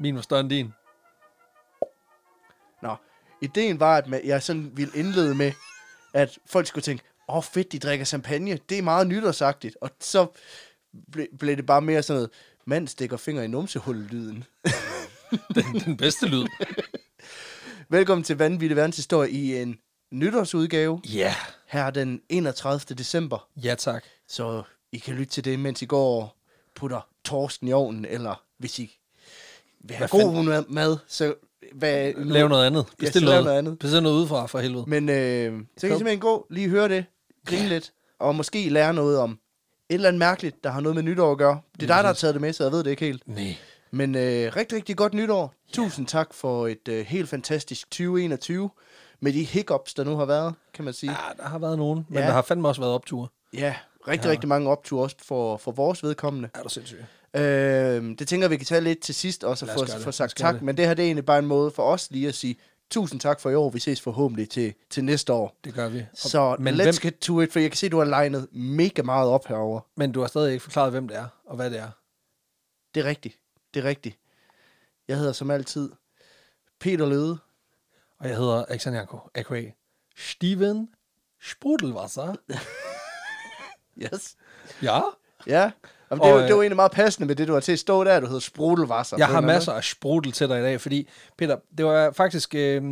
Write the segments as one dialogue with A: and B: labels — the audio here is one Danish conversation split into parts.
A: Min var større end din.
B: Nå, ideen var, at man- jeg sådan ville indlede med, at folk skulle tænke, åh oh, fedt, de drikker champagne, det er meget nytårsagtigt. Og så ble, blev det bare mere sådan noget, mand stikker finger i numsehullet-lyden.
A: Den, den bedste lyd.
B: Velkommen til Vanvittig Verdens Historie i en nytårsudgave
A: Ja.
B: her den 31. december.
A: Ja, tak.
B: Så I kan lytte til det, mens I går og putter torsken i ovnen, eller hvis I vil have
A: Hvad
B: god mad, så hvad,
A: Lav noget andet. Bestil
B: så lav
A: noget.
B: noget andet.
A: Bestil noget udefra, for helvede.
B: Men øh, så kan I simpelthen gå, lige høre det, grine lidt, og måske lære noget om et eller andet mærkeligt, der har noget med nytår at gøre. Det er dig, der har taget det med, så jeg ved det ikke helt.
A: Nej.
B: Men øh, rigtig, rigtig godt nytår. Tusind tak for et øh, helt fantastisk 2021 med de hiccups, der nu har været, kan man sige.
A: Ja, Ah, der har været nogen, men
B: Ja.
A: ja. der har fandme også været opture.
B: Ja, rigtig, ja. rigtig mange opture også for, for vores vedkommende.
A: Er du sindssyg?
B: Øh, det tænker jeg, vi kan tage lidt til sidst også
A: Lad
B: og
A: os
B: få,
A: gøre det.
B: få
A: Lad os
B: sagt
A: gøre
B: tak.
A: det.
B: Men det her det er egentlig bare en måde for os lige at sige tusind tak for i år. Vi ses forhåbentlig til, til næste år.
A: Det gør vi. Og,
B: Så
A: men,
B: men let's
A: hvem,
B: hvem... get to it, for jeg kan se, du har legnet mega meget op herover.
A: men du har stadig ikke forklaret, hvem det er, og hvad det er.
B: Det er rigtigt. Det er rigtigt. Jeg hedder som altid Peter Løde.
A: Og jeg hedder Alexander Janko, a.k.a. Steven Sprudelwasser.
B: Yes.
A: Ja,
B: Ja. Jamen, det, er
A: Og,
B: jo, det var
A: øh,
B: egentlig meget passende med det, du var til at stå der, du hedder Sprudelvasser.
A: jeg har masser af sprudel til dig i dag, fordi, Peter, det var faktisk... Øh,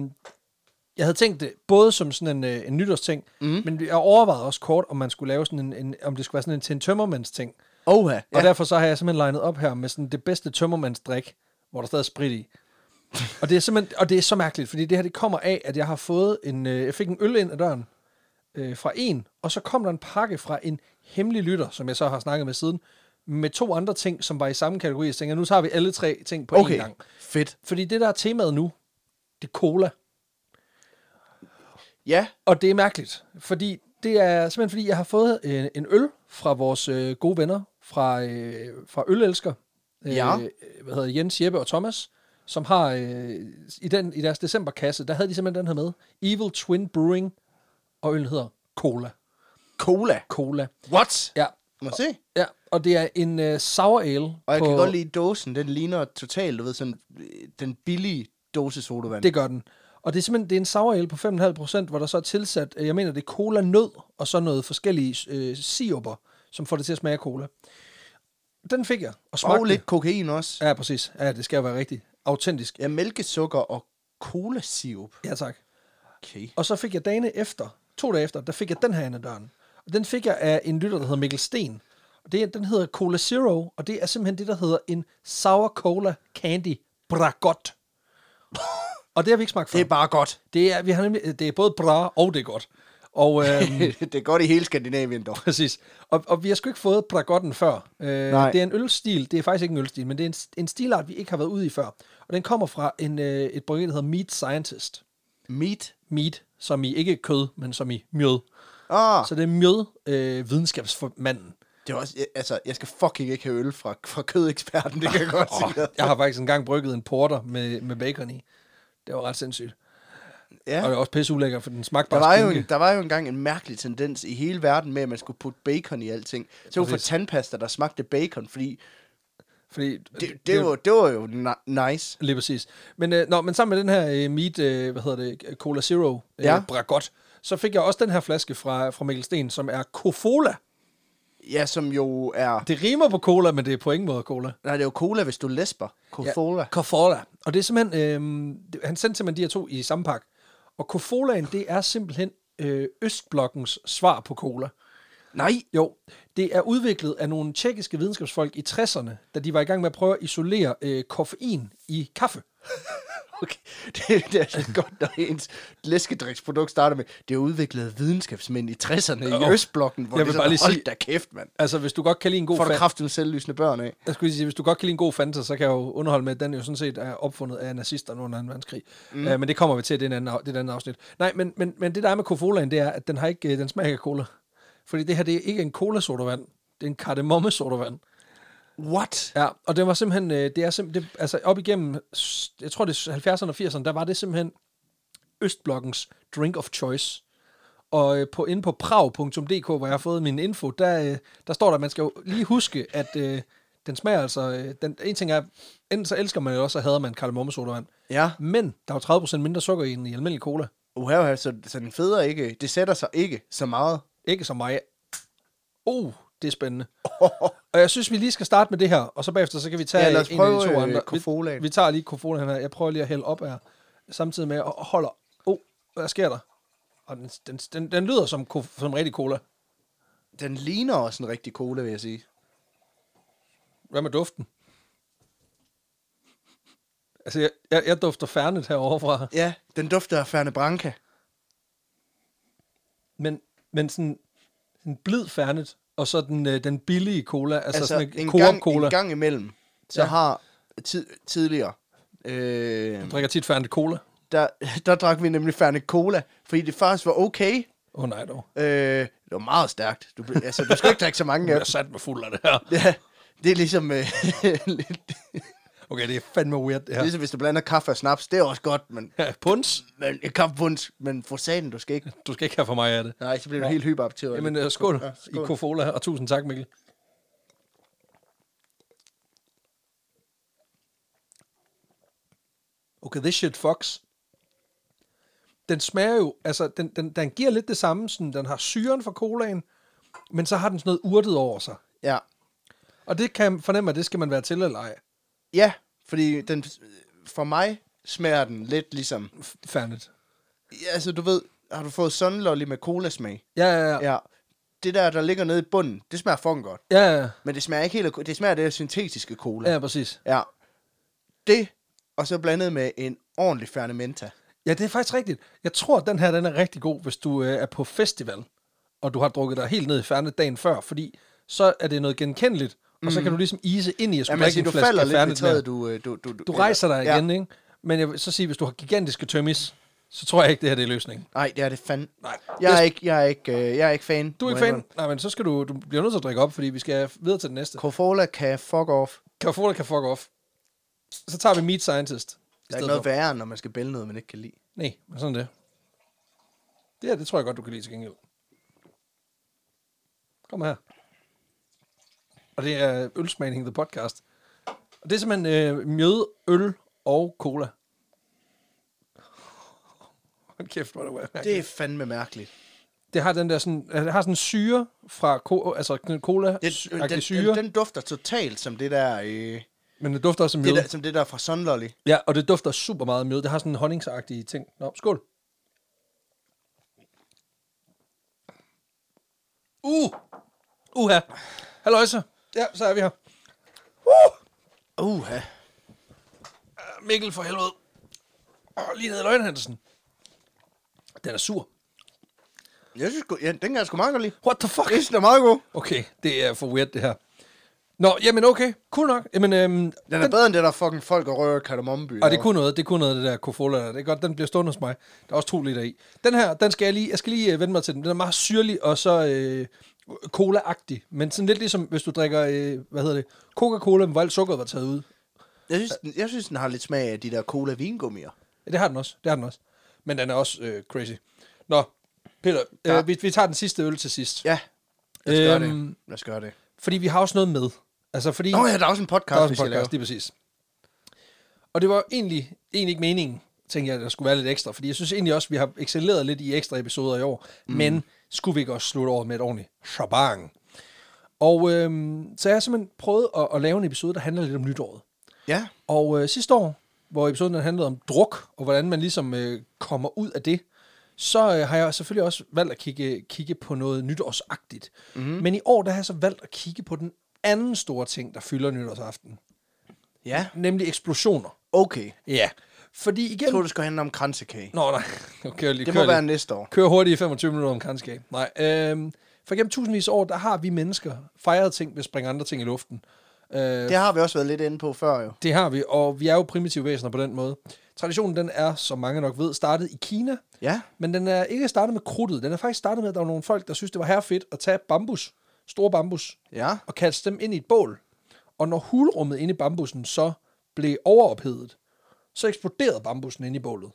A: jeg havde tænkt det både som sådan en, øh, en nytårsting, mm. men jeg overvejede også kort, om man skulle lave sådan en, en om det skulle være sådan en til en tømmermandsting.
B: Oha.
A: Og
B: Ja.
A: derfor så har jeg simpelthen legnet op her med sådan det bedste tømmermandsdrik, hvor der stadig er sprit i. og det er simpelthen, og det er så mærkeligt, fordi det her det kommer af, at jeg har fået en, øh, jeg fik en øl ind ad døren øh, fra en, og så kom der en pakke fra en hemmelig lytter, som jeg så har snakket med siden, med to andre ting, som var i samme kategori. Så tænker jeg, nu tager vi alle tre ting på okay. én
B: Okay,
A: gang.
B: fedt.
A: Fordi det, der er temaet nu, det er cola.
B: Ja,
A: Og det er mærkeligt, fordi det er simpelthen fordi, jeg har fået en, en øl fra vores øh, gode venner fra, øh, fra Ølelsker. Øh,
B: Ja.
A: hvad hedder det, Jens, Jeppe og Thomas, som har øh, i, den, i deres decemberkasse, der havde de simpelthen den her med. Evil Twin Brewing, og øl hedder Cola.
B: cola.
A: Cola.
B: What?
A: Ja,
B: Må jeg se.
A: ja og det er en øh, sour ale.
B: Og jeg
A: på,
B: kan godt lide dåsen, den ligner totalt, du ved, sådan øh, den billige dåse sodavand.
A: Det gør den. Og det er simpelthen det er en sour ale på 5,5 procent, hvor der så er tilsat, øh, jeg mener, det er cola nød og så noget forskellige øh, siruper, som får det til at smage af cola. Den fik jeg, og smagte
B: og
A: den.
B: lidt kokain også.
A: Ja, præcis. Ja, det skal jo være rigtigt. Autentisk.
B: Ja, mælkesukker og colasirup.
A: Ja, tak.
B: Okay.
A: Og så fik jeg dagene efter, to dage efter, der fik jeg den her ind ad døren. Og den fik jeg af en lytter, der hedder Mikkel Sten. Og det, er- den hedder Cola Zero, og det er simpelthen det, der hedder en sour cola candy bragot. og det har vi ikke smagt før.
B: Det er bare godt.
A: Det er, vi har nemlig, øh, det er både bra og det er godt. Og, øhm,
B: det er godt i hele Skandinavien dog.
A: præcis. Og, og vi har sgu ikke fået bragotten før. Øh,
B: Nej.
A: det er en ølstil. Det er faktisk ikke en ølstil, men det er en, en stilart, vi ikke har været ude i før. Og den kommer fra en, øh, et bryggeri, der hedder Meat Scientist.
B: Meat.
A: Meat, som i ikke kød, men som i mjød.
B: Ah,
A: Så det er mjød øh, videnskabsmanden.
B: det er også, altså, jeg skal fucking ikke have øl fra, fra kødeksperten, det kan jeg godt
A: Oh,
B: sige.
A: jeg har faktisk engang brygget en porter med, med bacon i. Det var ret sindssygt.
B: Ja.
A: Og det var også pisseulækkert, for den smagte
B: Der
A: bare
B: var, jo
A: skinke.
B: en, der var jo engang en mærkelig tendens i hele verden med, at man skulle putte bacon i alting. Så var for
A: Præcis.
B: tandpasta, der smagte bacon, fordi
A: Fordi
B: det, det, det, var, det var jo na- nice.
A: Lige præcis. Men, øh, nå, men sammen med den her øh, meat, øh, hvad hedder det, Cola Zero øh,
B: Ja.
A: ja. Bragot, så fik jeg også den her flaske fra, fra Mikkel Sten, som er Cofola.
B: Ja, som jo er...
A: Det rimer på cola, men det er på ingen måde cola.
B: Nej, det er jo cola, hvis du læsper. Cofola. Ja.
A: Cofola. Og det er simpelthen, øh, det- han sendte simpelthen de her to i samme pakke. Og Cofolaen, det er simpelthen øh, Østblokkens svar på cola.
B: Nej,
A: Jo, det er udviklet af nogle tjekkiske videnskabsfolk i 60'erne, da de var i gang med at prøve at isolere øh, koffein i kaffe.
B: okay. Det, det er altså godt, når ens læskedriksprodukt starter med. Det er udviklet af videnskabsmænd i 60'erne i
A: Åh.
B: Østblokken, hvor
A: Jeg
B: det
A: vil
B: er
A: bare
B: sådan,
A: lige
B: hold
A: sige-
B: da kæft, mand.
A: Altså, hvis du godt kan lide en god
B: Får du
A: fa-
B: kraften selvlysende børn af?
A: Jeg skulle lige sige, hvis du godt kan lide en god Fanta, så kan jeg jo underholde med, at den jo sådan set er opfundet af nazisterne under 2. verdenskrig. Mm. Uh, men det kommer vi til, det er en anden, af- det er et andet afsnit. Nej, men, men, men det der er med Cofolaen, det er, at den, har ikke, øh, den smager ikke af cola. Fordi det her, det er ikke en cola-sodavand. Det er en kardemomme-sodavand.
B: What?
A: Ja, og det var simpelthen, øh, det er simpelthen, det, altså op igennem, s- jeg tror det er 70'erne og 80'erne, der var det simpelthen Østblokkens drink of choice. Og øh, på, inde på prav.dk, hvor jeg har fået min info, der, øh, der står der, at man skal jo lige huske, at øh, Den smager altså... øh, Den, en ting er, enten så elsker man jo også, så hader man kardemommesodavand.
B: Ja.
A: Men der er jo 30% mindre sukker i den i almindelig cola.
B: Uha, uha, så, så den feder ikke. Det sætter sig ikke så meget.
A: Ikke som mig. Oh, det er spændende. Og jeg synes, vi lige skal starte med det her, og så bagefter så kan vi tage
B: Ja, lad os
A: en af de
B: prøve,
A: to
B: øh,
A: andre. Vi,
B: Kofolaen.
A: vi tager lige kofolaen her. Jeg prøver lige at hælde op her, samtidig med at og holder. Oh, hvad sker der? Og den, den, den, den lyder som, kof- som rigtig cola.
B: Den ligner også en rigtig cola, vil jeg sige.
A: Hvad med duften? Altså, jeg, jeg, jeg dufter færnet herovre fra.
B: Ja, den dufter af Ferne Branca.
A: Men, men sådan en blid færnet, og så den, øh, den billige cola, altså,
B: Altså,
A: sådan en
B: en, gang,
A: Coop-cola.
B: en gang imellem, så
A: Ja.
B: ja. har tid, tidligere, øh,
A: Jeg drikker tit færnet cola.
B: der, der drak vi nemlig Ferne Cola, fordi det faktisk var okay.
A: Åh oh, nej dog.
B: Øh, det var meget stærkt. Du, blev- altså, du skal ikke drikke så mange
A: Jeg
B: af
A: er sat med fuld af det her.
B: Ja, det er ligesom... Øh, lidt,
A: Okay, det er fandme weird, det
B: ja.
A: her.
B: Ligesom hvis du blander kaffe og snaps, det er også godt, men,
A: Ja, puns.
B: men kaffebunds, men forsaten, du skal ikke.
A: Du skal ikke have for mig af det.
B: Nej, så bliver du helt hyperaktiv. af det.
A: Jamen, øh, skål,
B: Ja,
A: skål i Kofola, og tusind tak, Mikkel. Okay, this shit fucks. Den smager jo, altså, den, den, den giver lidt det samme, sådan, den har syren fra colaen, men så har den sådan noget urtet over sig.
B: Ja.
A: Og det kan jeg fornemme, at det skal man være til eller ej.
B: ja, fordi den, for mig smager den lidt ligesom...
A: Færdigt.
B: Ja, altså, du ved, har du fået sunlolly med colasmag?
A: Ja, ja, ja.
B: Ja. ja. Det der, der ligger nede i bunden, det smager fucking godt.
A: Ja, ja,
B: Men det smager ikke helt... af ko- Det smager af det her syntetiske cola.
A: ja,
B: Ja.
A: ja præcis.
B: ja. Det, og så blandet med en ordentlig fernementa.
A: Ja, det er faktisk rigtigt. Jeg tror, at den her den er rigtig god, hvis du øh, er på festival, og du har drukket dig helt ned i færnet dagen før, fordi så er det noget genkendeligt, og
B: Mm.
A: så kan du ligesom ise ind i at skulle
B: Jamen, altså,
A: drikke
B: du
A: en flaske
B: falder
A: af
B: lidt i
A: Fernet mere.
B: træet, du, øh, du, du, du,
A: Du rejser dig
B: ja.
A: igen, ikke? Men jeg vil så sige, hvis du har gigantiske tømmis, så tror jeg ikke, det her det er løsningen.
B: Nej, det er det fandme.
A: Nej.
B: Jeg er ikke, jeg er ikke, øh, jeg er ikke fan.
A: Du er ikke fan? Nej, men så skal du, du bliver nødt til at drikke op, fordi vi skal videre til den næste.
B: Cofola kan fuck off.
A: Carrefour kan fuck off. Så tager vi Meat Scientist. i
B: Der er
A: stedet
B: ikke noget
A: for.
B: værre, når man skal bælge noget, man ikke kan lide.
A: Nej, men sådan er det. Det her, det tror jeg godt, du kan lide til gengæld. Kom her. Og det er Ølsmagning The Podcast. Og det er simpelthen øh, mjød, øl og cola. Hold kæft, hvor er det var
B: Det
A: det,
B: er fandme mærkeligt.
A: det har den der sådan, det har sådan syre fra ko, altså den cola
B: Den,
A: sy-
B: den,
A: agtig
B: den,
A: syre,
B: den, dufter totalt som det der, øh,
A: men det dufter også af
B: det
A: mjød.
B: der, som det der fra Sunlolly.
A: Ja, og det dufter super meget af mjød. Det har sådan en honningsagtig ting. Nå, skål. Uh! Uha! Halløjsa. Ja, så er vi her.
B: Uha.
A: Ah, Mikkel for helvede. Og lige ned i løgnhandelsen. Den er sur.
B: Jeg synes, sgu- ja, den kan jeg sgu meget godt lide.
A: What the fuck?
B: Det er meget god.
A: Okay, det er for weird, det her. Nå, jamen okay. Cool nok. Jamen, øhm,
B: Den er bedre end det der fucking folk og rører kardemommeby.
A: Og det kunne noget, det kunne noget, det der kofola der. Det er godt, den bliver stående hos mig. Der er også to liter i. Den her, den skal jeg lige, jeg skal lige øh, vende mig til den. Den er meget syrlig og så øh, cola-agtig. Men sådan lidt ligesom, hvis du drikker, øh, hvad hedder det, Coca-Cola, men hvor alt sukkeret var taget ud.
B: Jeg synes, den- jeg synes, den har lidt smag af de der cola vingummier.
A: Ja, det har den også, det har den også. Men den er også øh, crazy. Nå, Peter,
B: Ja.
A: øh, vi, vi tager den sidste øl til sidst.
B: Ja, lad os gøre det.
A: Øhm.
B: Lad os gøre det.
A: Fordi vi har også noget med. Altså fordi...
B: Nå ja, der er også en podcast,
A: Der er også
B: vi
A: en
B: skal
A: podcast, lige præcis. Og det var egentlig, egentlig ikke meningen, tænkte jeg, at der skulle være lidt ekstra, fordi jeg synes egentlig også, at vi har excelleret lidt i ekstra episoder i år, mm. men skulle vi ikke også slutte over med et ordentligt shabang? Og øhm, så jeg har simpelthen prøvet at, at lave en episode, der handler lidt om nytåret.
B: lave. Ja.
A: Og øh, sidste år, hvor episoden den handlede om druk, og hvordan man ligesom øh, kommer ud af det, så øh, har jeg selvfølgelig også valgt at kigge, kigge på noget nytårsagtigt. Mm-hmm. Men i år, der har jeg så valgt at kigge på den anden store ting, der fylder nytårsaften
B: Ja.
A: nemlig eksplosioner.
B: Okay.
A: Ja. Fordi igen...
B: Jeg tror, det skulle handle om kransekage.
A: Nå, nej. Okay, lige,
B: Det
A: kør
B: må
A: lige.
B: være næste år.
A: Kør hurtigt i 25 minutter om kranskab. Nej. Øhm, for gennem tusindvis af år, der har vi mennesker fejret ting ved at springe andre ting i luften. Øh, det.
B: Det har vi også været lidt inde på før jo.
A: det har vi, og vi er jo primitive væsener på den måde. Traditionen, den er, som mange nok ved, startet i Kina,
B: Ja.
A: men den er ikke startet med krudtet. Den er faktisk startet med, at der var nogle folk, der synes, det var herfedt at tage bambus, store bambus,
B: Ja.
A: og kaste dem ind i et bål. Og når hulrummet inde i bambussen så blev overophedet, så eksploderede bambussen inde i bålet.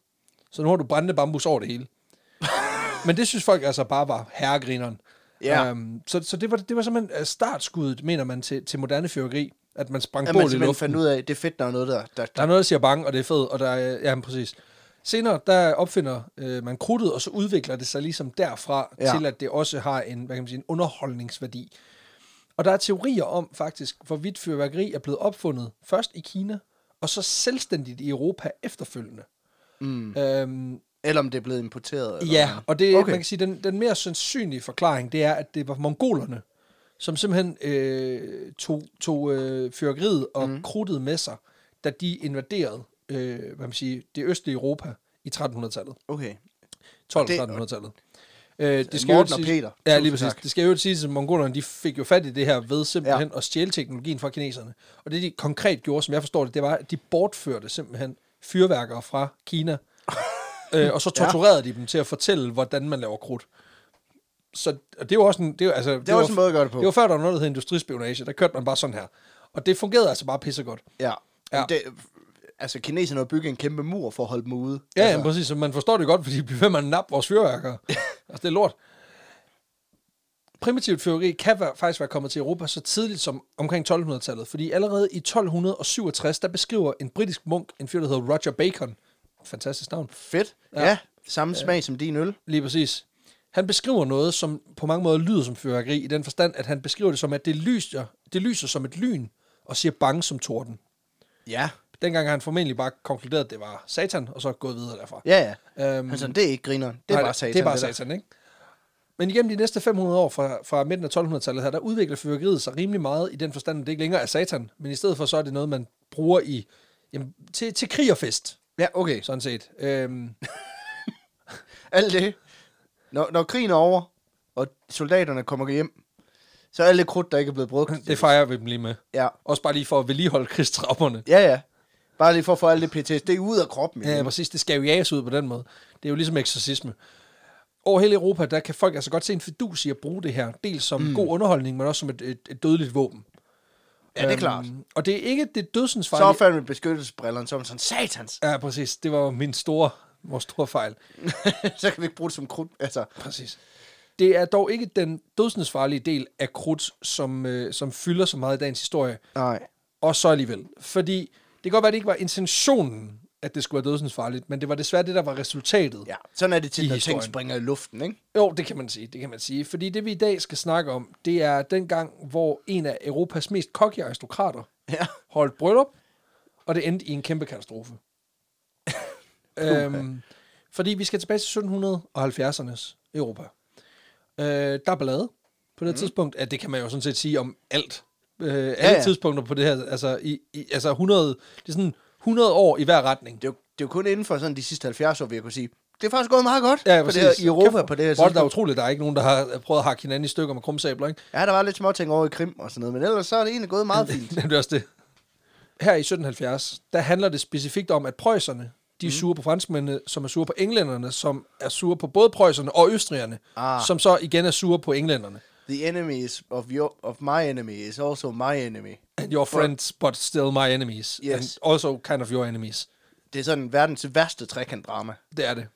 A: Så nu har du brændende bambus over det hele. Men det synes folk altså bare var herregrineren.
B: Ja.
A: Øhm, Um, så så det, var, det var simpelthen øh, startskuddet, mener man, til, til moderne fyrværkeri. At man sprang
B: At
A: bål
B: man
A: i
B: simpelthen
A: luften.
B: fandt ud af, at det er fedt, der er noget, der... der,
A: Der
B: der
A: er noget, der siger bang, og det er fedt, og der er, ja, men præcis. Senere, der opfinder øh, man krudtet, og så udvikler det sig ligesom derfra, ja.
B: Ja.
A: til at det også har en, hvad kan man sige, en underholdningsværdi. Og der er teorier om faktisk, hvorvidt fyrværkeri er blevet opfundet først i Kina, og så selvstændigt i Europa efterfølgende.
B: mm,
A: Øhm,
B: eller om det er blevet importeret. Eller
A: Ja, og det, okay.
B: Okay.
A: man kan sige, den, den mere sandsynlige forklaring, det er, at det var mongolerne, som simpelthen øh, tog, tog øh, fyrkeriet og
B: Mhm.
A: mm. krudtet med sig, da de invaderede øh, hvad man siger, det østlige Europa i 1300-tallet.
B: Okay.
A: 12-1300-tallet. Øh, det
B: Morten
A: jo
B: og
A: siges-
B: Peter.
A: Ja, lige
B: Tusind
A: præcis.
B: tak.
A: Det skal jo sige, at mongolerne de fik jo fat i det her ved simpelthen ja. at stjæle teknologien fra kineserne. Og det, de konkret gjorde, som jeg forstår det, det var, at de bortførte simpelthen fyrværkere fra Kina. øh, og så torturerede ja. de dem til at fortælle, hvordan man laver krudt. Så og det er jo også en... Det er, jo- altså, det
B: er
A: var-
B: også en måde at gøre det på.
A: Det var før, der var noget, der hed industrispionage. Der kørte man bare sådan her. Og det fungerede altså bare pissegodt.
B: Ja.
A: Ja.
B: ja. Det, altså, kineserne har bygget en kæmpe mur for at holde dem ude.
A: Ja, altså.
B: altså,
A: ja, præcis. Så man forstår det godt, fordi vi bliver ved med at nappe vores fyrværkere. altså, det er lort. Primitivt fyrværkeri kan være, faktisk være kommet til Europa så tidligt som omkring 1200-tallet, fordi allerede i 1267, der beskriver en britisk munk en fyr, der hedder Roger Bacon. Fantastisk navn.
B: Fedt. Ja. ja. Samme smag som din øl.
A: Lige præcis. Han beskriver noget, som på mange måder lyder som fyrværkeri, i den forstand, at han beskriver det som, at det lyser, det lyser som et lyn, og siger bange som torden.
B: Ja.
A: Dengang har han formentlig bare konkluderet, at det var satan, og så gået videre derfra.
B: Ja, ja.
A: Øhm,
B: Altså, det er ikke griner. Det er
A: Nej,
B: bare satan.
A: Det er bare
B: der.
A: satan, ikke? Men igennem de næste 500 år fra, fra midten af 1200-tallet her, der udvikler fyrværkeriet sig rimelig meget i den forstand, at det ikke længere er satan, men i stedet for så er det noget, man bruger i, jamen, til, til krig og fest,
B: Ja, okay.
A: sådan set. Øhm,
B: Alt det. Når, når krigen er over, og soldaterne kommer hjem, så er alt det krudt, der ikke er blevet brugt.
A: det fejrer vi dem lige med.
B: Ja.
A: Også bare lige for at vedligeholde krigstrapperne.
B: Ja, ja. Bare lige for at få alt det PTSD ud af kroppen.
A: Ja,
B: Ja.
A: præcis. Det skal jo jages ud på den måde. Det er jo ligesom eksorcisme. Over hele Europa, der kan folk altså godt se en fidus i at bruge det her. Dels som mm. god underholdning, men også som et, et, et dødeligt våben. Øhm,
B: Ja, det er klart.
A: Og det er ikke det
B: Så
A: dødsensfarlige...
B: opfandt vi beskyttelsesbrillerne som sådan, satans,
A: Ja, præcis. Det var jo min store, vores store fejl.
B: så kan vi ikke bruge det som krudt. Altså,
A: Præcis. Det er dog ikke den dødsensfarlige del af krudt, som, øh, som fylder så meget i dagens historie.
B: nej.
A: Og så alligevel. Fordi det kan godt være, at det ikke var intentionen, at det skulle være dødsensfarligt, men det var desværre det, der var resultatet.
B: Ja, sådan er det
A: I
B: tit, når ting
A: historien.
B: springer i luften, ikke?
A: Jo, det kan man sige, det kan man sige. Fordi det, vi i dag skal snakke om, det er dengang, hvor en af Europas mest cocky aristokrater
B: Ja.
A: holdt bryllup, og det endte i en kæmpe katastrofe. øhm, fordi vi skal tilbage til 1770'ernes Europa. Øh, der er ballade på det mm. tidspunkt. Ja, det kan man jo sådan set sige om alt. Øh, alle ja, ja.
B: Mhm. ja.
A: tidspunkter på det her. Altså, i, i, altså 100, det er sådan 100 år i hver retning.
B: Det er, jo, det er jo kun inden for sådan de sidste 70 år, vi kunne sige, det er faktisk gået meget godt
A: Ja,
B: på det
A: præcis.
B: her, i Europa
A: Kæft,
B: på det her
A: Hvor er det da
B: tidspunkt.
A: utroligt, der er ikke nogen, der har prøvet at hakke hinanden i stykker med krumsabler, ikke?
B: Ja, der var lidt småting over i Krim og sådan noget, men ellers så er det egentlig gået meget fint.
A: Det er også det. Her i 1770, der handler det specifikt om, at prøjserne, de er sure på franskmændene, som er sure på englænderne, som er sure på både prøjserne og østrigerne, ah.
B: Ah.
A: som så igen er sure på englænderne.
B: The enemies of, your, of my enemy is also my enemy.
A: And your friends, but still my enemies.
B: Yes.
A: And also kind of your enemies.
B: Det er sådan verdens værste trekantdrama.
A: Det er det.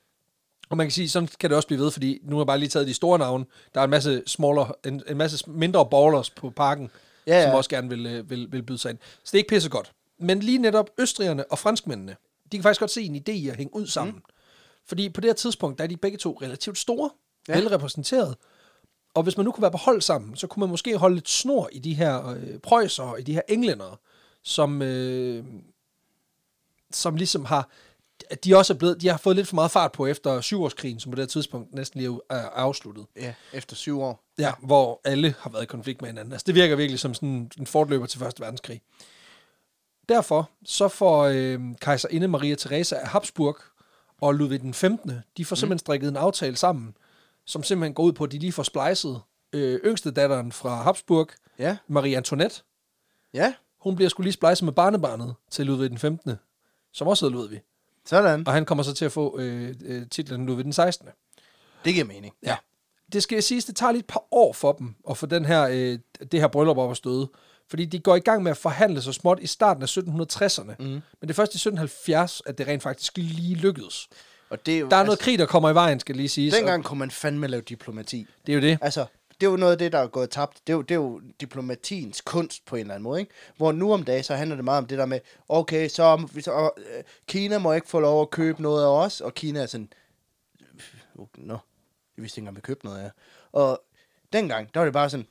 A: Og man kan sige, sådan kan det også blive ved, fordi nu har jeg bare lige taget de store navne. Der er en masse, smaller, en, en masse mindre ballers på parken, ja,
B: Ja,
A: ja.
B: ja.
A: som også gerne vil, øh, vil, vil byde sig ind. Så det er ikke pissegodt. Men lige netop østrigerne og franskmændene, de kan faktisk godt se en idé i at hænge ud sammen. Mm. Fordi på det her tidspunkt, der er de begge to relativt store, ja.
B: Ja.
A: velrepræsenteret. Og hvis man nu kunne være på hold sammen, så kunne man måske holde lidt snor i de her øh, prøjser og i de her englænder, som, øh, som ligesom har at de også er blevet, de har fået lidt for meget fart på efter syvårskrigen, som på det her tidspunkt næsten lige er er afsluttet.
B: Ja, efter syv år.
A: Ja, hvor alle har været i konflikt med hinanden. Altså, det virker virkelig som sådan en fortløber til Første Verdenskrig. Derfor så får øh, kejserinde Maria Theresa af Habsburg og Ludvig den 15. De får simpelthen strikket en aftale sammen, som simpelthen går ud på, at de lige får splejset øh, yngste datteren fra Habsburg,
B: Ja,
A: Marie Antoinette.
B: ja,
A: Hun bliver skulle lige splejset med barnebarnet til Ludvig den 15., som også hedder Ludvig.
B: sådan.
A: Og han kommer så til at få øh, øh, titlen Ludvig den 16.
B: Det giver mening.
A: Ja. Det skal siges, det tager lige et par år for dem at få den her, øh, det her bryllup op at støde. Fordi de går i gang med at forhandle så småt i starten af 1760'erne. Mm. Men det er først i 1770, at det rent faktisk lige lykkedes.
B: Og det,
A: Altså-
B: altså,
A: Der er noget krig, der kommer i vejen, skal lige siges.
B: Dengang kunne man fandme lave diplomati.
A: og Det er jo det.
B: Altså, det er jo noget af det, der er gået tabt. Det er, jo, det er jo diplomatiens kunst på en eller anden måde. Ikke? Hvor nu om dagen, så handler det meget om det der med, okay, så, om- så og, øh, Kina må ikke få lov at købe noget af os, og Kina er sådan, "Øh, nå, jeg vidste ikke engang, vi købte noget af jer." Og dengang, der var det bare sådan,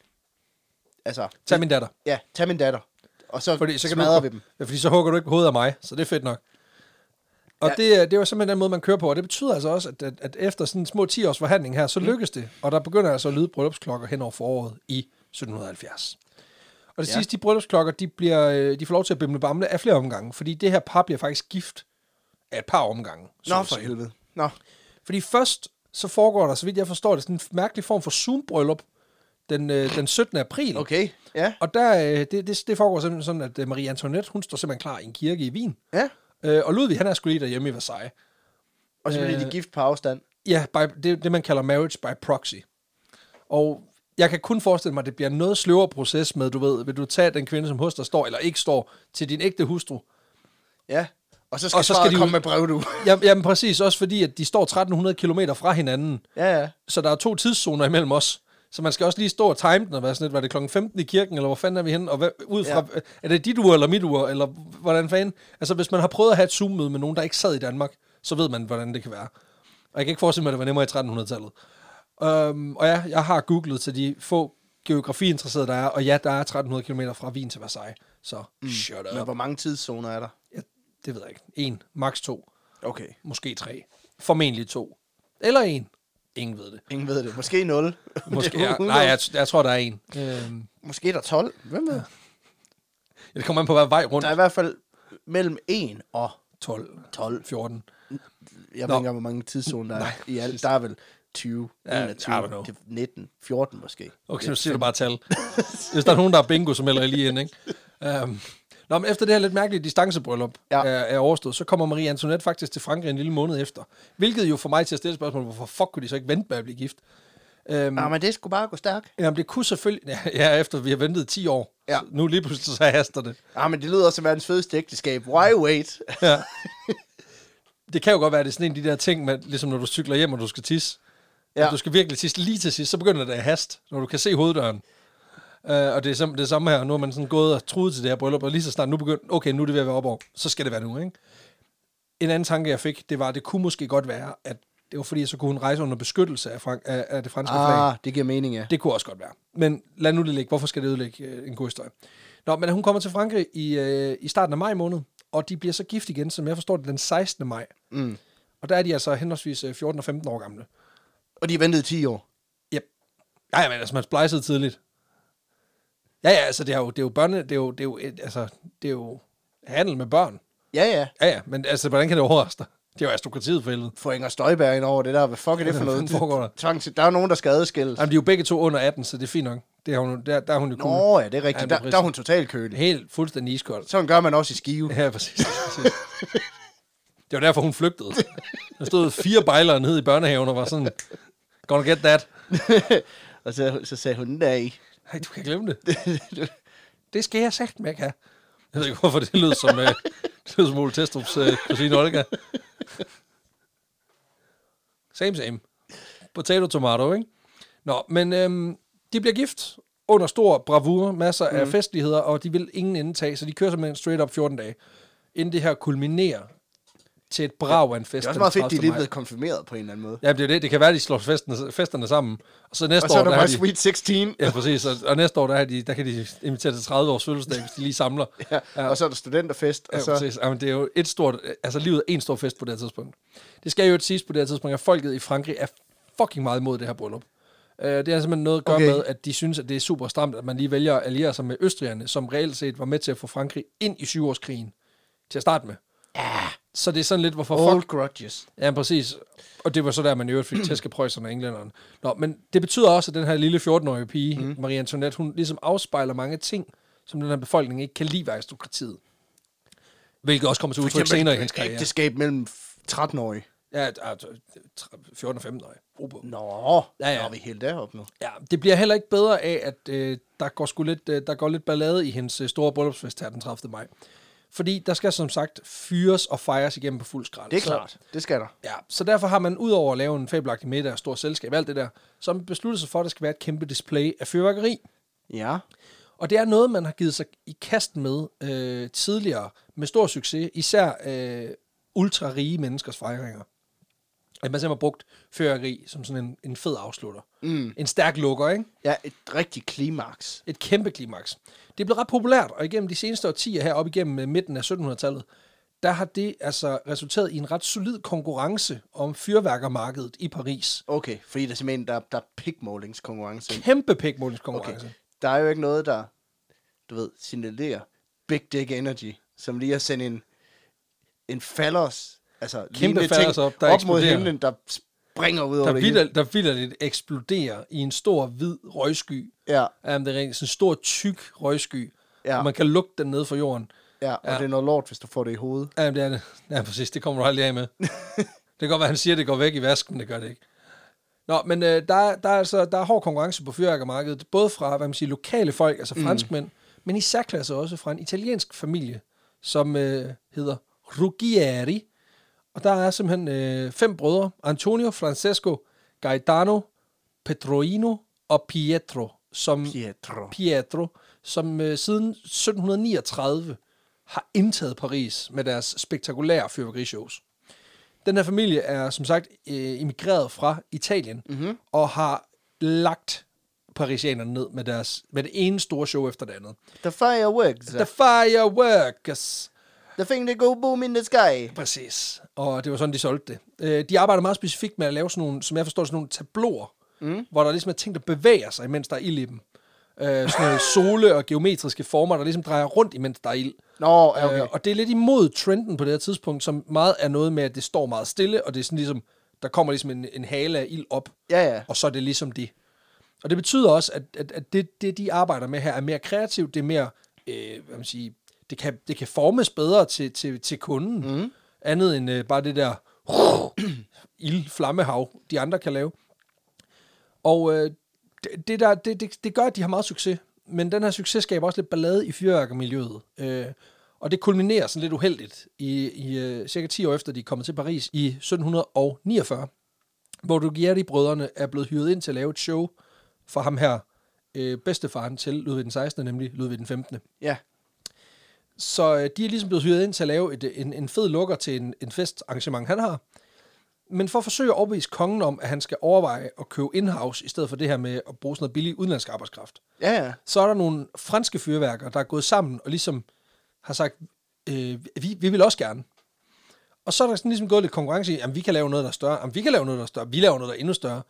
B: altså,
A: Tag min datter.
B: ja, tag min datter, og så,
A: Fordi så kan
B: smadrer
A: du,
B: vi dem.
A: Ja, fordi så hugger du ikke hovedet af mig, så det er fedt nok. Og
B: Ja.
A: ja. det, er- det er jo simpelthen den måde, man kører på, og det betyder altså også, at, at, at efter sådan en små 10 års forhandling her, så
B: Mm.
A: lykkes det, og der begynder altså at lyde bryllupsklokker hen over foråret i 1770. Og det
B: Ja.
A: ja. sidste, de bryllupsklokker, de, bliver, øh, de får lov til at bimle bamle af flere omgange, fordi det her par bliver faktisk gift af et par omgange. så
B: Nå,
A: at
B: for
A: sige.
B: helvede. Nå,
A: Fordi først så foregår der, så vidt jeg forstår det, sådan en mærkelig form for Zoom-bryllup den, øh, den 17. april.
B: okay, ja,
A: Og der, øh, det, det, det foregår simpelthen sådan, at øh, Marie Antoinette, hun står simpelthen klar i en kirke i Wien.
B: ja.
A: Øh, og Ludvig, han er sgu lige derhjemme i Versailles.
B: Og så bliver
A: Øh.
B: de gift på afstand.
A: Ja, by, det er det, man kalder marriage by proxy. Og jeg kan kun forestille mig, at det bliver en noget sløvere proces med, du ved, vil du tage den kvinde, som hos dig står, eller ikke står, til din ægte hustru.
B: Ja, og så skal,
A: Og så skal
B: svaret
A: de ud-
B: komme med brev, du.
A: Jamen, jamen præcis, også fordi, at de står 1300 km fra hinanden,
B: ja, ja.
A: så der er to tidszoner imellem os. Så man skal også lige stå og time den og være sådan lidt, var det klokken 15 i kirken, eller hvor fanden er vi henne? Og hvad, ud fra, ja. er det dit ur eller mit ur, eller hvordan fanden? Altså, hvis man har prøvet at have et Zoom-møde med nogen, der ikke sad i Danmark, så ved man, hvordan det kan være. Og jeg kan ikke forestille mig, at det var nemmere i 1300-tallet. Um, og ja, jeg har googlet til de få geografiinteresserede, der er, og ja, der er 1300 km fra Wien til Versailles. Så mm. shut up.
B: Men hvor mange tidszoner er der?
A: Ja, det ved jeg ikke. En, max to,
B: Okay.
A: måske tre, formentlig to. Eller en. Ingen ved det.
B: Ingen ved det. Måske 0.
A: Måske, ja, nej, jeg, jeg tror, der er en. Øhm,
B: Måske er der 12. Hvem ved?
A: ja, det kommer an på, hvad vej rundt.
B: Der er i hvert fald mellem 1 og
A: 12,
B: 12.
A: 14.
B: Jeg ved
A: Nå.
B: ikke engang, hvor mange tidszoner der er i alt. Der er vel 20,
A: Ja, I
B: 21,
A: don't know.
B: det er 19, 14 måske.
A: Okay, nu siger du bare tal. Hvis der er nogen, der er bingo, så melder jeg lige ind, ikke? Um, nå, men efter det her lidt mærkelige distancebryllup
B: Ja.
A: ja. er, er overstået, så kommer Marie Antoinette faktisk til Frankrig en lille måned efter. Hvilket jo får mig til at stille spørgsmålet, hvorfor fuck kunne de så ikke vente med at blive gift? Um,
B: Ja, Ah, men det skulle bare gå stærkt.
A: jamen, det kunne selvfølgelig... Ja, ja, efter vi har ventet 10 år.
B: Ja.
A: Så Nu lige pludselig så haster Ah, det.
B: Ja, men det lyder også som verdens fedeste ægteskab. Why wait?
A: Ja. Det kan jo godt være, at det er sådan en af de der ting, med, ligesom når du cykler hjem, og du skal tisse.
B: Ja.
A: Ja. Du skal virkelig tisse lige til sidst, så begynder det at hast, når du kan se hoveddøren. Uh, og det er sim- det samme her, nu har man sådan gået og truet til det her bryllup, og lige så snart nu begynder, okay, nu er det ved at være op over, så skal det være nu, ikke? En anden tanke, jeg fik, det var, at det kunne måske godt være, at det var fordi, så kunne hun rejse under beskyttelse af, Frank- af, af det franske flag.
B: Ah, det giver mening, ja.
A: Det kunne også godt være. Men lad nu det ligge. Hvorfor skal det ødelægge øh, en god historie? Nå, men hun kommer til Frankrig i, øh, i starten af maj måned, og de bliver så gift igen, som jeg forstår det, den 16. maj.
B: Mm.
A: Og der er de altså henholdsvis øh, 14 og 15 år gamle.
B: Og de ventede 10 år.
A: Yep. Ja, men altså, man splejsede tidligt. Ja, ja, altså, det er jo, det er jo børne, det er jo, det er jo, et, altså, det er jo handel med børn.
B: Ja, ja.
A: Ja, ja, men altså, hvordan kan det overraske dig? Det er jo aristokratiet for helvede.
B: Få Inger Støjberg ind over det der. Hvad fuck er det for
A: Hvad
B: noget?
A: fanden foregår der?
B: Tvangs- Der er nogen, der skal adskilles.
A: Jamen, de er jo begge to under 18, så det er fint nok. Det er hun, der, der er hun jo cool.
B: Nå, ja, det er
A: Ja,
B: rigtigt.
A: det er
B: Der, der er hun totalt kølig.
A: Helt fuldstændig iskold.
B: Sådan gør man også i Skive.
A: Ja, præcis. præcis. det var derfor, hun flygtede. Der stod fire bejlere nede i børnehaven og var sådan, gonna get that.
B: og så, så sagde hun, nej.
A: Nej, du kan glemme det. Det skal jeg sagt med, have. Jeg ved ikke, hvorfor det lød som, øh, det lød som Ole Testrup's øh, kusine Olga. Same, same. Potato, tomato, ikke? Nå, men øhm, de bliver gift under stor bravur, masser
B: Mhm.
A: af festligheder, og de vil ingen indtage, så de kører simpelthen straight up 14 dage, inden det her kulminerer til et brag af en fest.
B: Det er også
A: den
B: meget fedt, de
A: 30.
B: er lige
A: maj.
B: blevet konfirmeret på en eller anden måde.
A: Ja, det er det. Det kan være, de slår festene, festerne sammen, og så næste
B: Og så er
A: år,
B: der
A: der har
B: bare
A: de...
B: Sweet 16,
A: Ja, præcis. Og, og næste år, der, er de, der kan de invitere til 30 års fødselsdag, hvis de lige samler.
B: ja. og så er der studenterfest,
A: Ja,
B: og så...
A: præcis. Jamen, det er jo et stort... Altså, livet er en stor fest på det her tidspunkt. Det skal jo siges på det her tidspunkt, at folket i Frankrig er fucking meget imod det her bryllup. Uh, det har simpelthen noget at gøre
B: Okay.
A: okay. med, at de synes, at det er super stramt, at man lige vælger at alliere sig med østrigerne, som reelt set var med til at få Frankrig ind i syvårskrigen til at starte med. Ja. Så det er sådan lidt, hvorfor folk
B: Old grudges.
A: Ja, præcis. Og det var så der, man i øvrigt fik tæsk af prøjserne og englænderen. Nå, men det betyder også, at den her lille 14-årige pige,
B: Mhm.
A: mm. Marie Antoinette, hun ligesom afspejler mange ting, som den her befolkning ikke kan lide ved aristokratiet. Hvilket også kommer til udtryk senere i hendes karriere.
B: ægteskab mellem f- 13-årige.
A: Ja, altså, tre- 14 og 15 år.
B: Nå,
A: Ja, ja.
B: Nå, vi er helt deroppe nu.
A: Ja, det bliver heller ikke bedre af, at øh, der, går sgu lidt, øh, der går lidt ballade i hendes øh, store bryllupsfest her den 30. maj. Fordi der skal som sagt fyres og fejres igennem på fuld skrald.
B: Det er
A: Så-
B: klart. Det skal der.
A: Ja, så derfor har man udover at lave en fabelagtig middag og stor selskab, alt det der, så har man besluttet sig for, at der skal være et kæmpe display af fyrværkeri.
B: Ja.
A: Og det er noget, man har givet sig i kast med øh, tidligere, med stor succes, især øh, ultrarige menneskers fejringer. At man simpelthen har brugt fyrværkeri som sådan en, en fed afslutter.
B: Mm.
A: En stærk lukker, ikke?
B: Ja, et rigtigt klimaks.
A: Et kæmpe klimaks. Det er blevet ret populært, og igennem de seneste årtier her op igennem øh, midten af 1700-tallet, der har det altså resulteret i en ret solid konkurrence om fyrværkermarkedet i Paris.
B: Okay, fordi der er simpelthen der, der er pigmålingskonkurrence.
A: Kæmpe
B: Okay.
A: pikmålingskonkurrence. Okay.
B: Der er jo ikke noget, der, du ved, signalerer Big Dick Energy, som lige har sendt en, en fallers, altså lignende
A: fallers op, der
B: op mod
A: eksploderer.
B: himlen, der springer ud over
A: Der,
B: det hele.
A: vildt, der vildt lidt eksploderer i en stor, hvid røgsky.
B: Ja,
A: Jamen, det er rigtig sådan en stor, tyk røgsky.
B: Ja.
A: Ja. Og man kan lugte den ned fra jorden.
B: ja, og ja.
A: Ja.
B: det er noget lort, hvis du får det i hovedet.
A: Jamen, det er det. Ja, præcis. Det kommer du aldrig af med. det kan godt være, han siger, at det går væk i vasken. Det gør det ikke. Nå, men øh, der, er- der, er altså, der er hård konkurrence på fyrværkermarkedet. Både fra, hvad man siger, lokale folk, altså franskmænd, men i særklasse også fra en italiensk familie, som øh, hedder Ruggieri. Og der er simpelthen øh, fem brødre. Antonio, Francesco, Gaetano, Petroino og Pietro, som
B: Pietro.
A: Pietro, som øh, siden 1739 har indtaget Paris med deres spektakulære fyrværkerishows. Den her familie er som sagt øh, emigreret fra Italien mm-hmm. og har lagt parisianerne ned med, deres, med det ene store show efter det andet.
B: The fireworks.
A: The
B: The,
A: Fireworks!
B: the thing that go boom in the sky.
A: Præcis. Og det var sådan, de solgte det. Øh, de arbejder meget specifikt med at lave sådan nogle, som jeg forstår, det, sådan nogle tabloer, mm. hvor der ligesom er ting, der bevæger sig, imens der er ild i dem. Øh, sådan noget sole og geometriske former, der ligesom drejer rundt, imens der er ild.
B: Nå, ja, okay.
A: Øh, og det er lidt imod trenden på det her tidspunkt, som meget er noget med, at det står meget stille, og det er sådan ligesom, der kommer ligesom en, en hale af ild op,
B: Ja, ja.
A: og så er det ligesom det. Og det betyder også, at, at, at det, det, de arbejder med her, er mere kreativt, det er mere, øh, hvad man siger, det kan, det kan formes bedre til, til, til kunden,
B: Mhm.
A: mm. andet end øh, bare det der ild, flammehav, de andre kan lave. Og øh, det, det, der, det, det, det gør, at de har meget succes, men den her succes skaber også lidt ballade i fyrværkermiljøet. Øh, og det kulminerer sådan lidt uheldigt i, i øh, cirka 10 år efter, de er kommet til Paris i 1749 hvor Ruggieri-brødrene er blevet hyret ind til at lave et show for ham her, øh, bedstefaren til Ludvig den 16., nemlig Ludvig den 15.
B: Ja,
A: Så øh, de er ligesom blevet hyret ind til at lave et, øh, en, en fed lukker til en, en festarrangement, han har. Men for at forsøge at overbevise kongen om, at han skal overveje at købe in-house, i stedet for det her med at bruge sådan noget billig udenlandsk arbejdskraft,
B: ja, ja.
A: så er der nogle franske fyrværkere, der er gået sammen og ligesom har sagt, øh, vi, vi vil også gerne. Og så er der sådan ligesom gået lidt konkurrence i, jamen vi kan lave noget, der er større, jamen vi kan lave noget, der er større, vi laver noget, der er endnu større.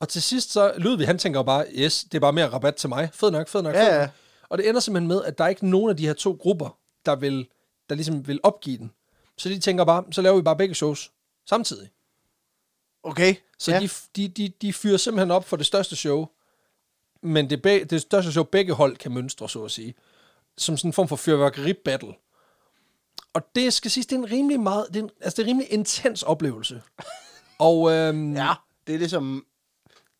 A: Og til sidst så, Ludvig han tænker jo bare, yes, det er bare mere rabat til mig, fed nok, fed nok,
B: Ja,
A: fed
B: ja.
A: nok. Og det ender simpelthen med, at der er ikke nogen af de her to grupper, der, vil, der ligesom vil opgive den. Så de tænker bare, så laver vi bare begge shows samtidig.
B: Okay.
A: Så
B: ja.
A: ja. de, de, de, de fyrer simpelthen op for det største show, men det, beg- det største show, begge hold kan mønstre, så at sige, som sådan en form for fyrværkeri-battle. Og det skal siges, det er en rimelig meget, det er en, altså det er en rimelig intens oplevelse. Og øhm, ja.
B: Ja, det er ligesom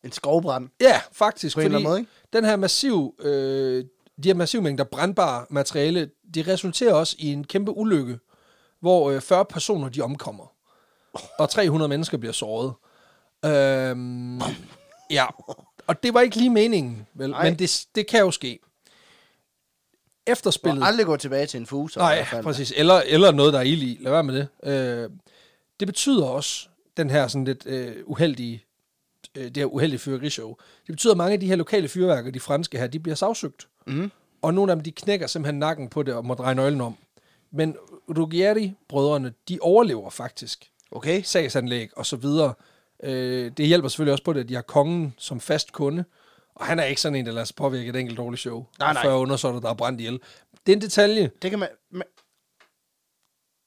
B: en skovbrand.
A: ja, faktisk,
B: På en eller anden måde, ikke?
A: den her massiv, øh, de her massive mængder brandbare materiale, det resulterer også i en kæmpe ulykke, hvor øh, 40 personer, de omkommer. Og 300 mennesker bliver såret. Øhm, ja, og det var ikke lige meningen, vel?
B: Nej.
A: men det, det kan jo ske.
B: Du
A: Efterspillet...
B: må aldrig gå tilbage til en fuser. i hvert
A: Nej,
B: fald.
A: præcis. Eller, eller noget, der er ild i. Lad være med det. Øh, det betyder også, den her sådan lidt øh, uheldige, øh, det her uheldige fyrværkerishow, det betyder, at mange af de her lokale fyrværker, de franske her, de bliver sagsøgt.
B: Mhm.
A: Mm. Og nogle af dem, de knækker simpelthen nakken på det og må dreje nøglen om. Men Ruggieri-brødrene, de overlever faktisk
B: Okay.
A: sagsanlæg og så videre. Øh, det hjælper selvfølgelig også på det, at de har kongen som fast kunde, og han er ikke sådan en, der lader sig påvirke et enkelt dårligt show,
B: Nej, nej.
A: før undersøtter, der er brændt ihjel. Det er en detalje.
B: Det kan man... man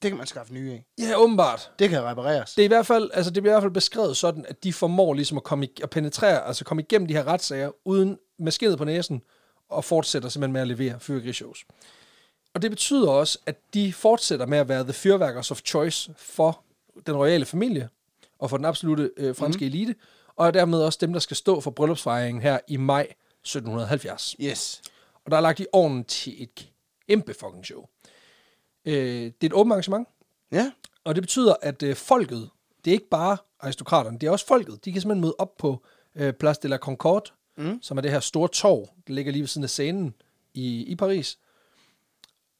B: det kan man skaffe nye af.
A: Ja, åbenbart.
B: Det kan repareres.
A: Det, er i hvert fald, altså, det bliver i hvert fald beskrevet sådan, at de formår ligesom at, komme i, at penetrere, altså komme igennem de her retssager, uden med skinnet på næsen, og fortsætter simpelthen med at levere fyrværkerishows. Og det betyder også, at de fortsætter med at være the fyrværkers of choice for den royale familie, og for den absolute øh, franske mm. elite, og er dermed også dem, der skal stå for bryllupsfejringen her i maj 1770.
B: Yes.
A: Og der er lagt i ovnen til et kæmpe fucking show. Øh, det er et åbent arrangement,
B: Ja,
A: og det betyder, at øh, folket, det er ikke bare aristokraterne, det er også folket. De kan simpelthen møde op på øh, Place de la Concorde, mm. som er det her store torv, der ligger lige ved siden af scenen i, i Paris.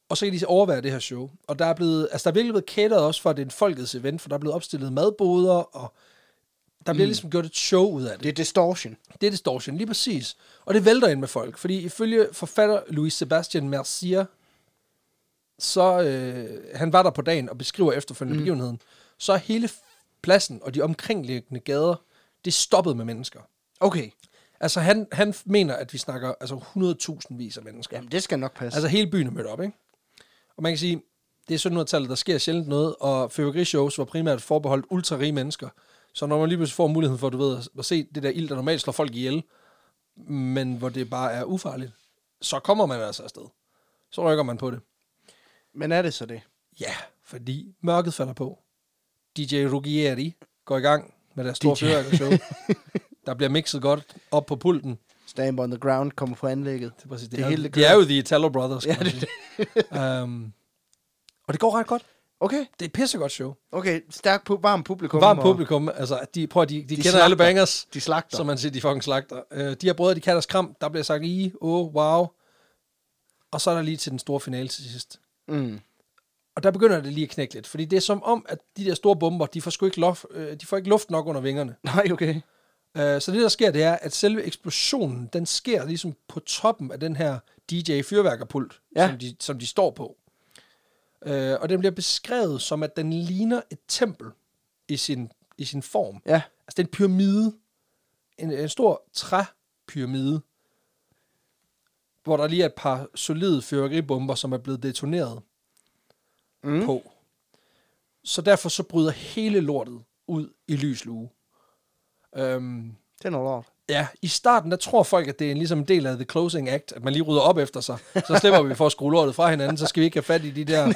A: Og så kan de overvære det her show. Og der er, blevet, altså, der er virkelig blevet cateret også for, at det er en folkets event, for der er blevet opstillet madboder, og der bliver mm. ligesom gjort et show ud af det.
B: det er distortion.
A: Det er distortion, lige præcis. Og det vælter ind med folk, fordi ifølge forfatter Louis Sebastian Mercier, så øh, han var der på dagen og beskriver efterfølgende mm. begivenheden, så er hele f- pladsen og de omkringliggende gader, det er stoppet med mennesker.
B: Okay.
A: Altså han, han mener, at vi snakker altså 100.000 vis af mennesker.
B: Jamen, det skal nok passe. Altså,
A: Altså hele byen er mødt op, ikke? Og man kan sige, det er 1700-tallet, der sker sjældent noget, og fyrværkerishows var primært forbeholdt ultrarige mennesker. Så når man lige pludselig får muligheden for, du ved, at- at se det der ild, der normalt slår folk ihjel, men hvor det bare er ufarligt, så kommer man altså afsted. Så rykker man på det.
B: men er det så det?
A: Ja, fordi mørket falder på. DJ Ruggieri går i gang med deres store
B: DJ.
A: fyrværkerishow. Der bliver mixet godt op på pulten.
B: Stamp on the ground kommer på anlægget.
A: Det er, præcis, det
B: Det
A: det er,
B: hele,
A: hele,
B: det
A: det er
B: kører.
A: jo The Italo Brothers. Ja, det, det. Um, og det går ret godt.
B: Okay,
A: Det er et pissegodt show.
B: okay. Stærk, pu- varm publikum.
A: Varmt
B: og-
A: publikum, altså, de, prøv, at- de, de, de kender
B: slagter.
A: alle bangers,
B: De slagter.
A: som man siger, de fucking slagter. Uh, de her brødre, de kan deres kram, der bliver sagt i, åh, oh, wow. Og så er der lige til den store finale til sidst.
B: Mm.
A: Og der begynder det lige at knække lidt, fordi det er som om, at de der store bomber, de får sgu ikke, lof, øh, de får ikke luft nok under vingerne.
B: Nej, okay.
A: Øh, så det, der sker, det er, at selve eksplosionen, den sker ligesom på toppen af den her DJ-fyrværkerpult,
B: Ja.
A: ja. som, de, som de står på. Øh, og den bliver beskrevet som, at den ligner et tempel i sin, i sin form.
B: Ja.
A: Altså, det er en pyramide. En, en stor træpyramide, hvor der lige er et par solide fyrværkeribomber, som er blevet detoneret
B: Mm.
A: mm. på. Så derfor så bryder hele lortet ud i lys lue. Øhm,
B: Det er noget lort.
A: Ja, i starten, der tror folk, at det er en, ligesom en del af The Closing Act, at man lige rydder op efter sig. Så slipper vi for at skrue lortet fra hinanden, så skal vi ikke have fat i de der, det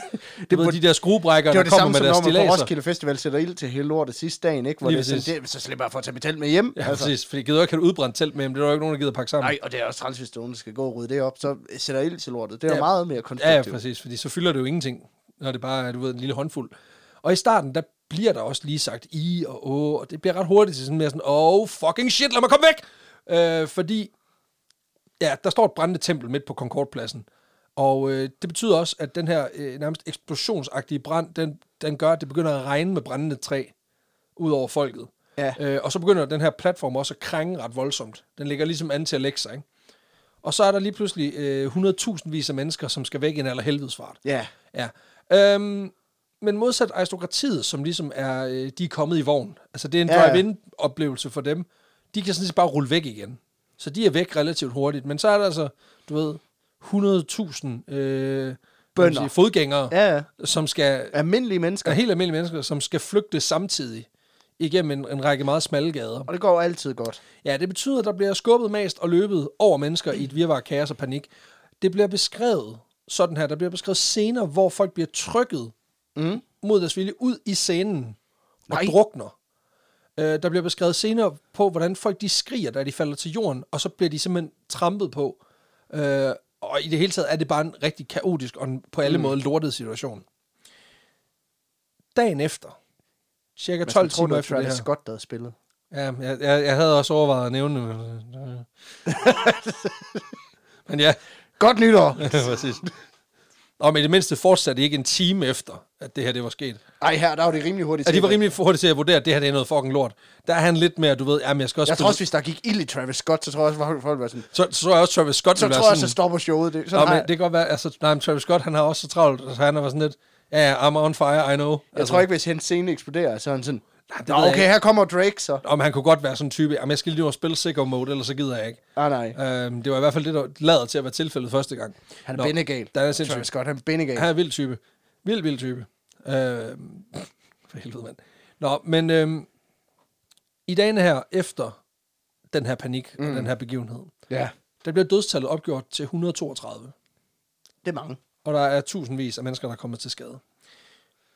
A: ved,
B: burde-
A: de der skruebrækker,
B: Det var
A: der kommer
B: det samme,
A: med
B: som
A: deres
B: når man på
A: stilaser.
B: Roskilde Festival sætter ild til hele lortet sidste dagen, ikke? Hvor
A: Lige
B: det er
A: præcis.
B: sådan, det, så slipper jeg for at tage mit telt med hjem.
A: Ja, præcis, fordi gider du ikke have et udbrændt telt med, men det er der jo ikke nogen, der gider pakke sammen.
B: Altså. Nej, og det er også træls, hvis nogen skal gå og rydde det op, så sætter ild til lortet. Det er ja.
A: Ja.
B: meget mere
A: Ja, ja,
B: konfliktivt.
A: præcis, fordi så fylder det jo ingenting, når det bare er, du ved, en lille håndfuld. Og i starten, der bliver der også lige sagt i og å, og det bliver ret hurtigt til sådan mere sådan, oh fucking shit, lad mig komme væk! Øh, fordi, ja, der står et brændende tempel midt på Concordpladsen, og øh, det betyder også, at den her øh, nærmest eksplosionsagtige brand, den, den gør, at det begynder at regne med brændende træ ud over folket.
B: Ja.
A: Øh, og så begynder den her platform også at krænge ret voldsomt. Den ligger ligesom an til at lægge sig, ikke? Og så er der lige pludselig øh, 100.000 vis af mennesker, som skal væk i en allerhelvedes fart.
B: ja.
A: Ja. Øhm, men modsat aristokratiet, som ligesom er, øh, de er kommet i vogn. Altså det er en
B: Ja, ja.
A: drive-in-oplevelse for dem. De kan sådan set bare rulle væk igen. Så de er væk relativt hurtigt. Men så er der altså, du ved, 100.000 øh, hvad man
B: Bønder.
A: siger, fodgængere, ja.
B: Ja, ja.
A: som skal,
B: Almindelige mennesker.
A: er helt almindelige mennesker, som skal flygte samtidig igennem en, en række meget smalle gader.
B: Og det går altid godt.
A: Ja, det betyder, at der bliver skubbet mast og løbet over mennesker i et virvar af kaos og panik. Det bliver beskrevet sådan her. Der bliver beskrevet scener, hvor folk bliver trykket
B: Mm.
A: mod deres vilje ud i scenen og
B: Nej.
A: Nej. drukner. Øh, der bliver beskrevet senere på, hvordan folk de skriger, da de falder til jorden, og så bliver de simpelthen trampet på. Øh, og i det hele taget er det bare en rigtig kaotisk og en på alle mm. måder lortet situation. Dagen efter, cirka 12 timer efter det
B: Travis
A: her,
B: Scott, der havde spillet.
A: Ja, jeg, jeg, jeg havde også overvejet at nævne det. men, øh, Men ja,
B: Godt nytår!
A: præcis. Og men i det mindste fortsatte de ikke en time efter, at det her det var sket. øh,
B: Ej, her, der var det rimelig hurtigt.
A: Ja, de var
B: set.
A: rimelig hurtigt til at vurdere, at det her det er noget fucking lort. Der er han lidt mere, du ved, jamen jeg skal også
B: Jeg tror også, hvis der gik ild i Travis Scott, så tror jeg også, at folk var sådan...
A: så, så tror jeg også, Travis Scott
B: Så
A: ville
B: tror jeg,
A: være
B: så
A: sådan...
B: stopper showet. Det, sådan
A: Nå,
B: har
A: men
B: jeg,
A: det kan godt være, altså, nej, men Travis Scott, han har også så travlt, så han var sådan lidt, ja, yeah, I'm on fire, I know.
B: jeg
A: altså,
B: tror ikke, hvis hans scene eksploderer, så er han sådan...
A: det
B: Nå,
A: ved jeg
B: okay, her kommer Drake så.
A: Om han kunne godt være sådan en type, jamen jeg skal lige nu spille sicko mode, ellers så gider jeg ikke.
B: Ah, nej.
A: Øhm, det var i hvert fald det, der lader til at være tilfældet første gang.
B: Han er
A: Nå,
B: bindegal.
A: Der er sindssygt.
B: Travis Scott, han er bindegal.
A: Han er en vild type. Vild, vild type. Øh, for helvede, mand. Nå, men øh, i dagene her, efter den her panik mm. og den her begivenhed,
B: Ja,
A: der bliver dødstallet opgjort til 132,
B: det er mange.
A: og der er tusindvis af mennesker, der er kommet til skade.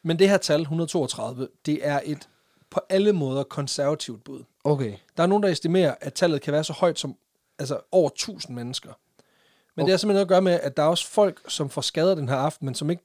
A: Men det her tal, 132, det er et på alle måder konservativt bud.
B: Okay.
A: Der er nogen, der estimerer, at tallet kan være så højt som altså over 1000 mennesker. Men okay. det har simpelthen noget at gøre med, at der er også folk, som får skader den her aften, men som ikke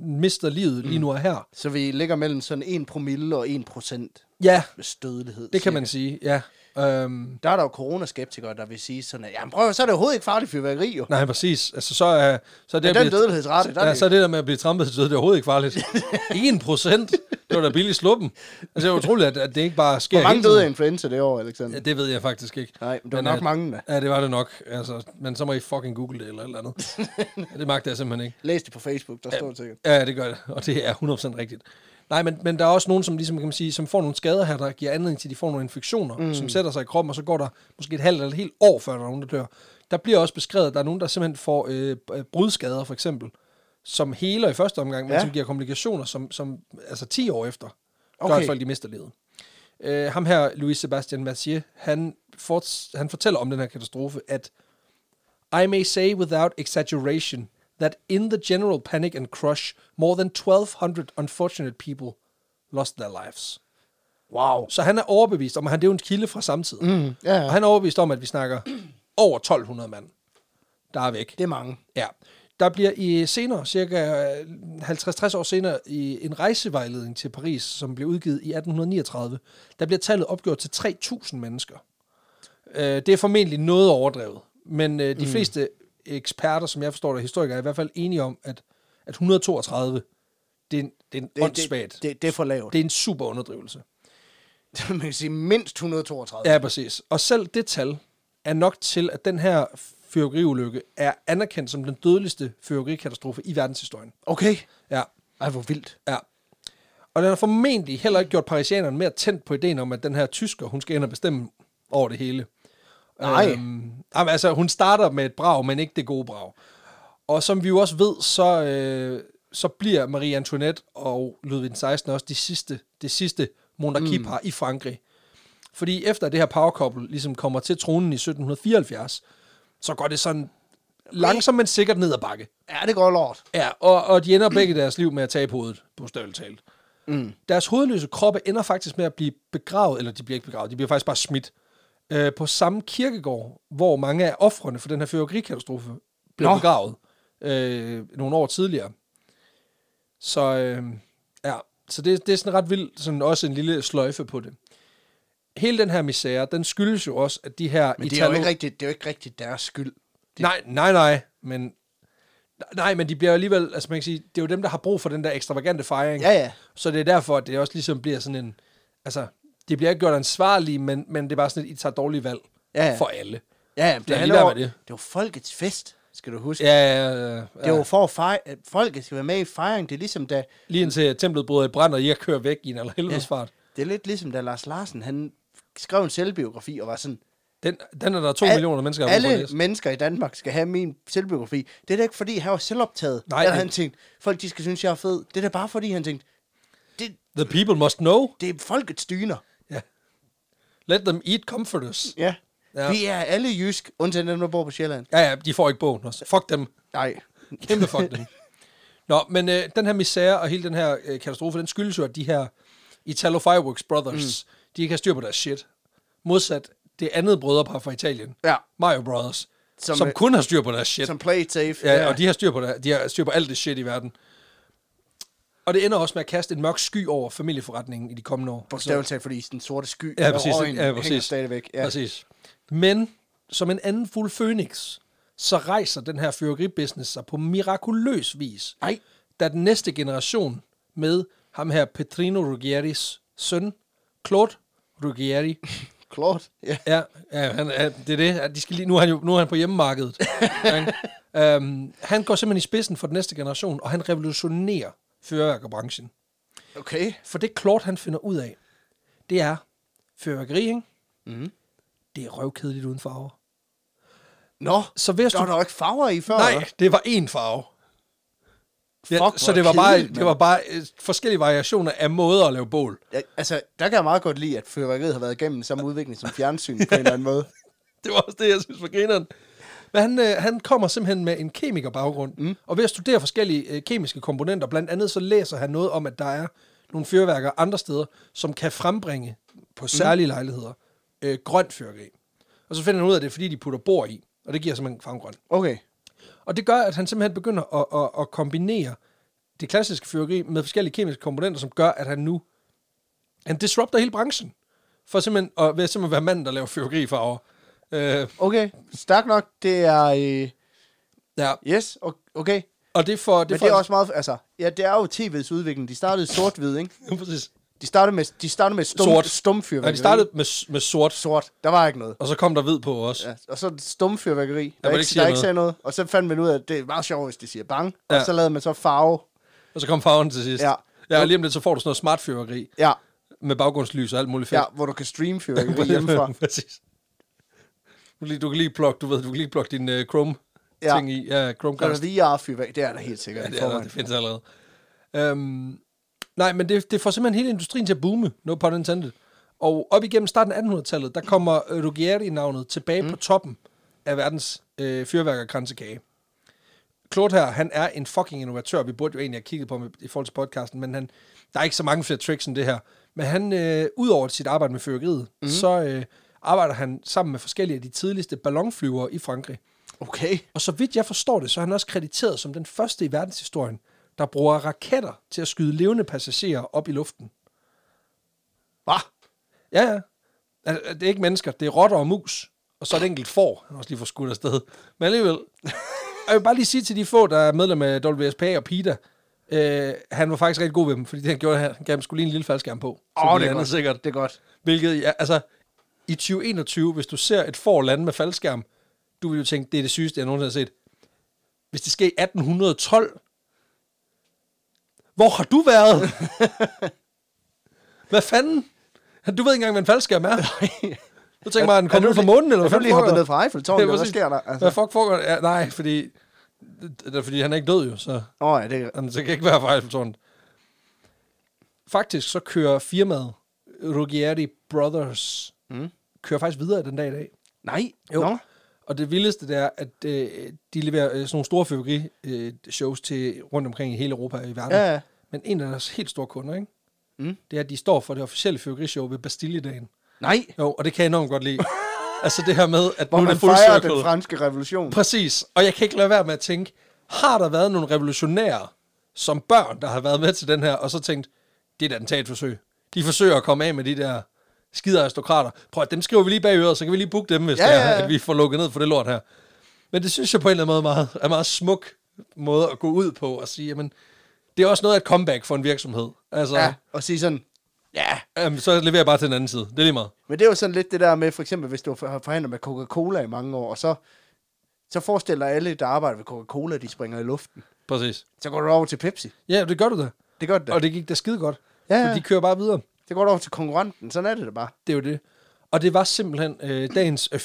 A: mister livet
B: Mm.
A: lige nu og her.
B: Så vi ligger mellem sådan 1 promille og 1 procent
A: Ja,
B: med stødelighed.
A: det
B: cirka.
A: kan man sige, ja. Øhm,
B: Der er der jo coronaskeptikere, der vil sige sådan, at jamen prøv, at- så er det overhovedet ikke farligt fyrværkeri jo.
A: nej, præcis. Altså, så er, så er det,
B: Men
A: at
B: den
A: blive-
B: dødelighedsrate, der er
A: ja,
B: det-
A: så er det der med at blive trampet til døde, det er overhovedet ikke farligt. 1 procent, det var da billigt sluppen. Altså, det er utroligt, at, at det ikke bare sker
B: Hvor mange
A: hele tiden.
B: døde af influenza det år, Alexander?
A: Ja, det ved jeg faktisk ikke.
B: Nej, men det var
A: Men,
B: nok
A: øh,
B: mange, da.
A: Ja, det var det nok. Altså, men så må I fucking google det eller et eller andet. det magter jeg simpelthen ikke.
B: Læs det på Facebook, der står det sikkert.
A: Øh, Ja, det gør det, og det er 100% rigtigt. Nej, men, men der er også nogen, som, ligesom, kan man sige, som får nogle skader her, der giver anledning til, at de får nogle infektioner, mm. som sætter sig i kroppen, og så går der måske et halvt eller et helt år, før der er nogen, der dør. Der bliver også beskrevet, at der er nogen, der simpelthen får øh, b- øh, brudskader, for eksempel, som heler i første omgang, men
B: Ja.
A: som giver komplikationer, som, som altså 10 år efter, gør,
B: Okay.
A: at folk de mister livet. Øh, ham her, Louis Sebastian Mathieu, han, forts- han fortæller om den her katastrofe, at I may say without exaggeration that in the general panic and crush, more than 1,200 unfortunate people lost their lives.
B: Wow.
A: Så han er overbevist om, at han det er jo en kilde fra samtiden. Mm,
B: ja, ja.
A: Og han er overbevist om, at vi snakker over 1.200 mand, der er væk.
B: Det er mange.
A: Ja. Der bliver i senere, cirka øh, 50-60 år senere, i en rejsevejledning til Paris, som blev udgivet i 1839, der bliver tallet opgjort til 3.000 mennesker. Øh, det er formentlig noget overdrevet, men øh, de mm. fleste eksperter, som jeg forstår det, historikere, er i hvert fald enige om, at, at 132, det er en, det er en
B: Det, det,
A: åndssvagt.
B: det, det, det er for lavt.
A: det er en super underdrivelse.
B: Det, man kan sige mindst 132.
A: Ja, præcis. Og selv det tal er nok til, at den her fyrværkeriulykke er anerkendt som den dødeligste fyrværkerikatastrofe i verdenshistorien.
B: Okay.
A: Ja,
B: Ej, hvor vildt.
A: ja. Og den har formentlig heller ikke gjort parisianerne mere tændt på ideen om, at den her tysker, hun skal ind og bestemme over det hele.
B: Nej.
A: Øhm, jamen, altså, hun starter med et brag, men ikke det gode brag. Og som vi jo også ved, så, øh, så bliver Marie Antoinette og Ludvig den 16. også de sidste, det sidste monarkipar mm. i Frankrig. Fordi efter det her powerkouple ligesom kommer til tronen i 1774, så går det sådan langsomt, men sikkert ned ad bakke.
B: Ja, det går lort.
A: Ja, og, og de ender begge deres liv med at tabe hovedet, på størrelse talt. Mm. Deres hovedløse kroppe ender faktisk med at blive begravet, eller de bliver ikke begravet, de bliver faktisk bare smidt, øh, på samme kirkegård, hvor mange af offrene for den her fyrværkerikatastrofe blev
B: Nå.
A: Nå. begravet øh, nogle år tidligere. Så øh, ja, så det, det er sådan ret vildt, sådan også en lille sløjfe på det. Hele den her misære, den skyldes jo også, at de her
B: Men det er, jo
A: Italo-
B: ikke rigtigt, det er jo ikke rigtigt deres skyld.
A: det... Nej, nej, nej, men... Nej, men de bliver alligevel, altså man kan sige, det er jo dem, der har brug for den der ekstravagante fejring.
B: Ja, ja.
A: Så det er derfor, at det også ligesom bliver sådan en, altså, det bliver ikke gjort ansvarlige, men, men det er bare sådan, at I tager dårlige valg
B: Ja, ja.
A: for alle.
B: Ja, ja, men
A: Lad
B: det,
A: lige
B: handler
A: være
B: om,
A: med
B: det.
A: det.
B: det var folkets fest, skal du huske. Ja,
A: Ja, ja, ja. ja.
B: det var for at fejre, at folket skal være med i fejringen. Det er ligesom da,
A: Lige indtil templet bryder i brand, og jeg kører væk i en eller helvedes fart.
B: det er lidt ligesom da Lars Larsen, han skrev en selvbiografi og var sådan,
A: Den, den er der to
B: Al-
A: millioner mennesker, der har brug for at
B: alle
A: læse.
B: mennesker i Danmark skal have min selvbiografi. Det er da ikke, fordi han var selvoptaget.
A: Nej,
B: Nej. Eller
A: det-
B: han tænkte, folk de skal synes, jeg er fed. Det er da bare, fordi han tænkte, det,
A: The people must know.
B: det er folkets dyner.
A: Ja. Let them eat comforters.
B: Ja.
A: Ja.
B: ja. Vi er alle jysk, undtagen dem, der bor på Sjælland.
A: Ja, ja, de får ikke bogen også. Fuck dem.
B: Nej.
A: Kæmpe fuck dem. Nå, men øh, den her misære og hele den her øh, katastrofe, den skyldes jo, at de her Italo Fireworks Brothers, mm. de ikke har styr på deres shit. Modsat det andet brødrepar fra Italien,
B: Ja.
A: Mario Brothers, som,
B: Som,
A: som
B: øh,
A: kun har styr på deres shit.
B: Som play it safe.
A: ja, ja, og de har, styr på der, de har styr på alt det shit i verden. Og det ender også med at kaste en mørk sky over familieforretningen i de kommende år.
B: Bogstaveligt talt, fordi den sorte sky
A: Ja,
B: og
A: præcis.
B: røgen
A: ja,
B: hænger
A: præcis.
B: stadigvæk. Ja.
A: præcis. Men som en anden fuld fønix, så rejser den her fyrværkeribusiness sig på mirakuløs vis.
B: Ej.
A: Da den næste generation med ham her Petrino Ruggieris søn, Claude Ruggieri,
B: Klart. Ja.
A: Ja, ja han, ja, det er det. Ja, De skal lige, nu, er han jo, nu er han på hjemmemarkedet. ikke? øhm, han går simpelthen i spidsen for den næste generation, og han revolutionerer fyrværkerbranchen.
B: Okay.
A: For det Claude, han finder ud af, det er fyrværkeri, ikke?
B: Mhm.
A: Det er røvkedeligt uden farver.
B: Nå,
A: Så hvis
B: der var
A: du...
B: der jo ikke farver i før.
A: Nej,
B: hva'?
A: det var én farve. Ja,
B: Fuck,
A: så
B: hvor
A: det var, bare,
B: kedeligt,
A: det var bare øh, forskellige variationer af måder at lave bål.
B: Ja, altså, der kan jeg meget godt lide, at fyrværkeriet har været igennem samme udvikling som fjernsyn på en eller anden måde.
A: Det var også det, jeg synes var grineren. Men han, øh, han kommer simpelthen med en kemikerbaggrund, mm. og ved at studere forskellige øh, kemiske komponenter, blandt andet så læser han noget om, at der er nogle fyrværker andre steder, som kan frembringe på særlige mm. lejligheder øh, grønt fyrværkeri. Og så finder han ud af at det, er, fordi de putter bor i, og det giver simpelthen farven grøn.
B: Okay.
A: Og det gør, at han simpelthen begynder at, at, at kombinere det klassiske fyrværkeri med forskellige kemiske komponenter, som gør, at han nu han disrupter hele branchen. For simpelthen, og ved at simpelthen være manden, der laver fyrværkeri for over. Øh,
B: Okay, stærk nok. Det er... Øh,
A: ja,
B: yes, o- okay.
A: og det får... Det
B: Men
A: får
B: det er også meget... Altså, ja, det er jo tv's udvikling. De startede sort-hvid, ikke?
A: præcis.
B: De startede med, de startede med stum,
A: Sort.
B: sort. stumfyrværkeri.
A: Ja, de startede med, med sort,
B: sort. Der var ikke noget.
A: og så kom der hvid på også.
B: Ja, og så stumfyrværkeri.
A: man
B: Der,
A: ikke
B: ikke,
A: siger
B: der ikke
A: noget.
B: sagde noget. Og så fandt man ud af, at det er meget sjovt, hvis de siger bang. Ja.
A: Ja.
B: Og så lavede man så farve.
A: Og så kom farven til sidst.
B: Ja.
A: ja og lige om lidt, så får du sådan noget smart fyrværkeri
B: Ja,
A: med baggrundslys og alt muligt fedt.
B: ja hvor du kan streame fyrværkeri hjemmefra.
A: Præcis. Du, kan lige- du kan lige plukke, du ved, du kan lige plukke din uh, Chrome
B: Ja.
A: ting i. Ja,
B: Så er der
A: Chromecast.
B: VR-fyrværkeri. Det er der helt sikkert.
A: Ja,
B: Ja,
A: det, er, der, det findes allerede. Øhm, nej, men det, det får simpelthen hele industrien til at boome, no pun intended. Og op igennem starten af 1800-tallet, der kommer øh, Ruggieri-navnet tilbage mm. på toppen af verdens øh, fyrværkerkransekage. Claude her, han er en fucking innovatør. Vi burde jo egentlig have kigget på ham i- i forhold til podcasten, men han, der er ikke så mange flere tricks end det her. Men han, øh, ud over sit arbejde med fyrværkeriet, mm. så øh, arbejder han sammen med forskellige af de tidligste ballonflyvere i Frankrig.
B: Okay.
A: Og så vidt jeg forstår det, så er han også krediteret som den første i verdenshistorien, der bruger raketter til at skyde levende passagerer op i luften.
B: Hvad?
A: Ja, ja. Altså, Det er ikke mennesker, det er rotter og mus. Og så et enkelt får, han har også lige får skudt afsted. Men alligevel. Og jeg vil bare lige sige til de få, der er medlem af WSPA og PETA, øh, han var faktisk rigtig god ved dem, fordi det han gjorde, han gav dem skulle lige en lille faldskærm på.
B: Åh,
A: Som
B: det er
A: landede
B: godt.
A: sikkert.
B: Det er godt.
A: Hvilket, ja, altså, i 2021, hvis du ser et får lande med faldskærm, du vil jo tænke, det er det sygeste, jeg nogensinde har set. Hvis det sker i 1812, hvor har du været? hvad fanden? Du ved ikke engang, hvad en faldskærm er. Du tænker bare, er den kommer ud fra månen, eller hvad
B: fanden?
A: fanden
B: lige hoppet
A: foregår
B: ned
A: der?
B: fra Eiffeltårnet,
A: Ja,
B: eller hvad
A: præcis.
B: sker der? Altså,
A: Hvad fuck foregår der? Ja, nej, fordi, det er fordi han er ikke død jo, så
B: Åh, oh, ja, det er...
A: han så kan ikke være fra Eiffeltårnet. Faktisk så kører firmaet Ruggieri Brothers
B: Mm.
A: kører faktisk videre den dag i dag.
B: Nej,
A: Jo.
B: Nå.
A: Og det vildeste, det er, at øh, de leverer øh, sådan nogle store fyrværkeri-shows til rundt omkring i hele Europa og i verden.
B: Ja,
A: Ja.
B: ja.
A: Men en af deres helt store kunder, ikke?
B: Mm.
A: det er, at de står for det officielle fyrværkerishow ved Bastilledagen.
B: Nej,
A: Jo, og det kan jeg enormt godt lide. altså det her med, at
B: hvor
A: nu er
B: man
A: det full
B: fejrer
A: circle.
B: den franske revolution.
A: Præcis, og jeg kan ikke lade være med at tænke, har der været nogle revolutionære som børn, der har været med til den her, og så tænkt, det er da den taget forsøg. De forsøger at komme af med de der skide aristokrater. Prøv at dem skriver vi lige bag øret, så kan vi lige booke dem, hvis
B: Ja,
A: ja, det er,
B: ja,
A: ja,
B: ja.
A: at vi får lukket ned for det lort her. Men det synes jeg på en eller anden måde meget, er en meget smuk måde at gå ud på og sige, jamen, det er også noget af et comeback for en virksomhed. Altså,
B: Ja,
A: ja.
B: og sige sådan, ja,
A: jamen, så leverer jeg bare til den anden side. Det er lige meget.
B: Men det er jo sådan lidt det der med, for eksempel, hvis du har forhandlet med Coca-Cola i mange år, og så, så forestiller alle, der arbejder ved Coca-Cola, de springer i luften.
A: Præcis.
B: Så går du over til Pepsi.
A: Ja, det gør du da.
B: Det gør det da.
A: Og det gik da skide godt.
B: Ja,
A: Ja.
B: ja.
A: For de kører bare videre.
B: Det går du over til konkurrenten. Sådan er det da bare.
A: Det er jo det. Og det var simpelthen øh, dagens øh,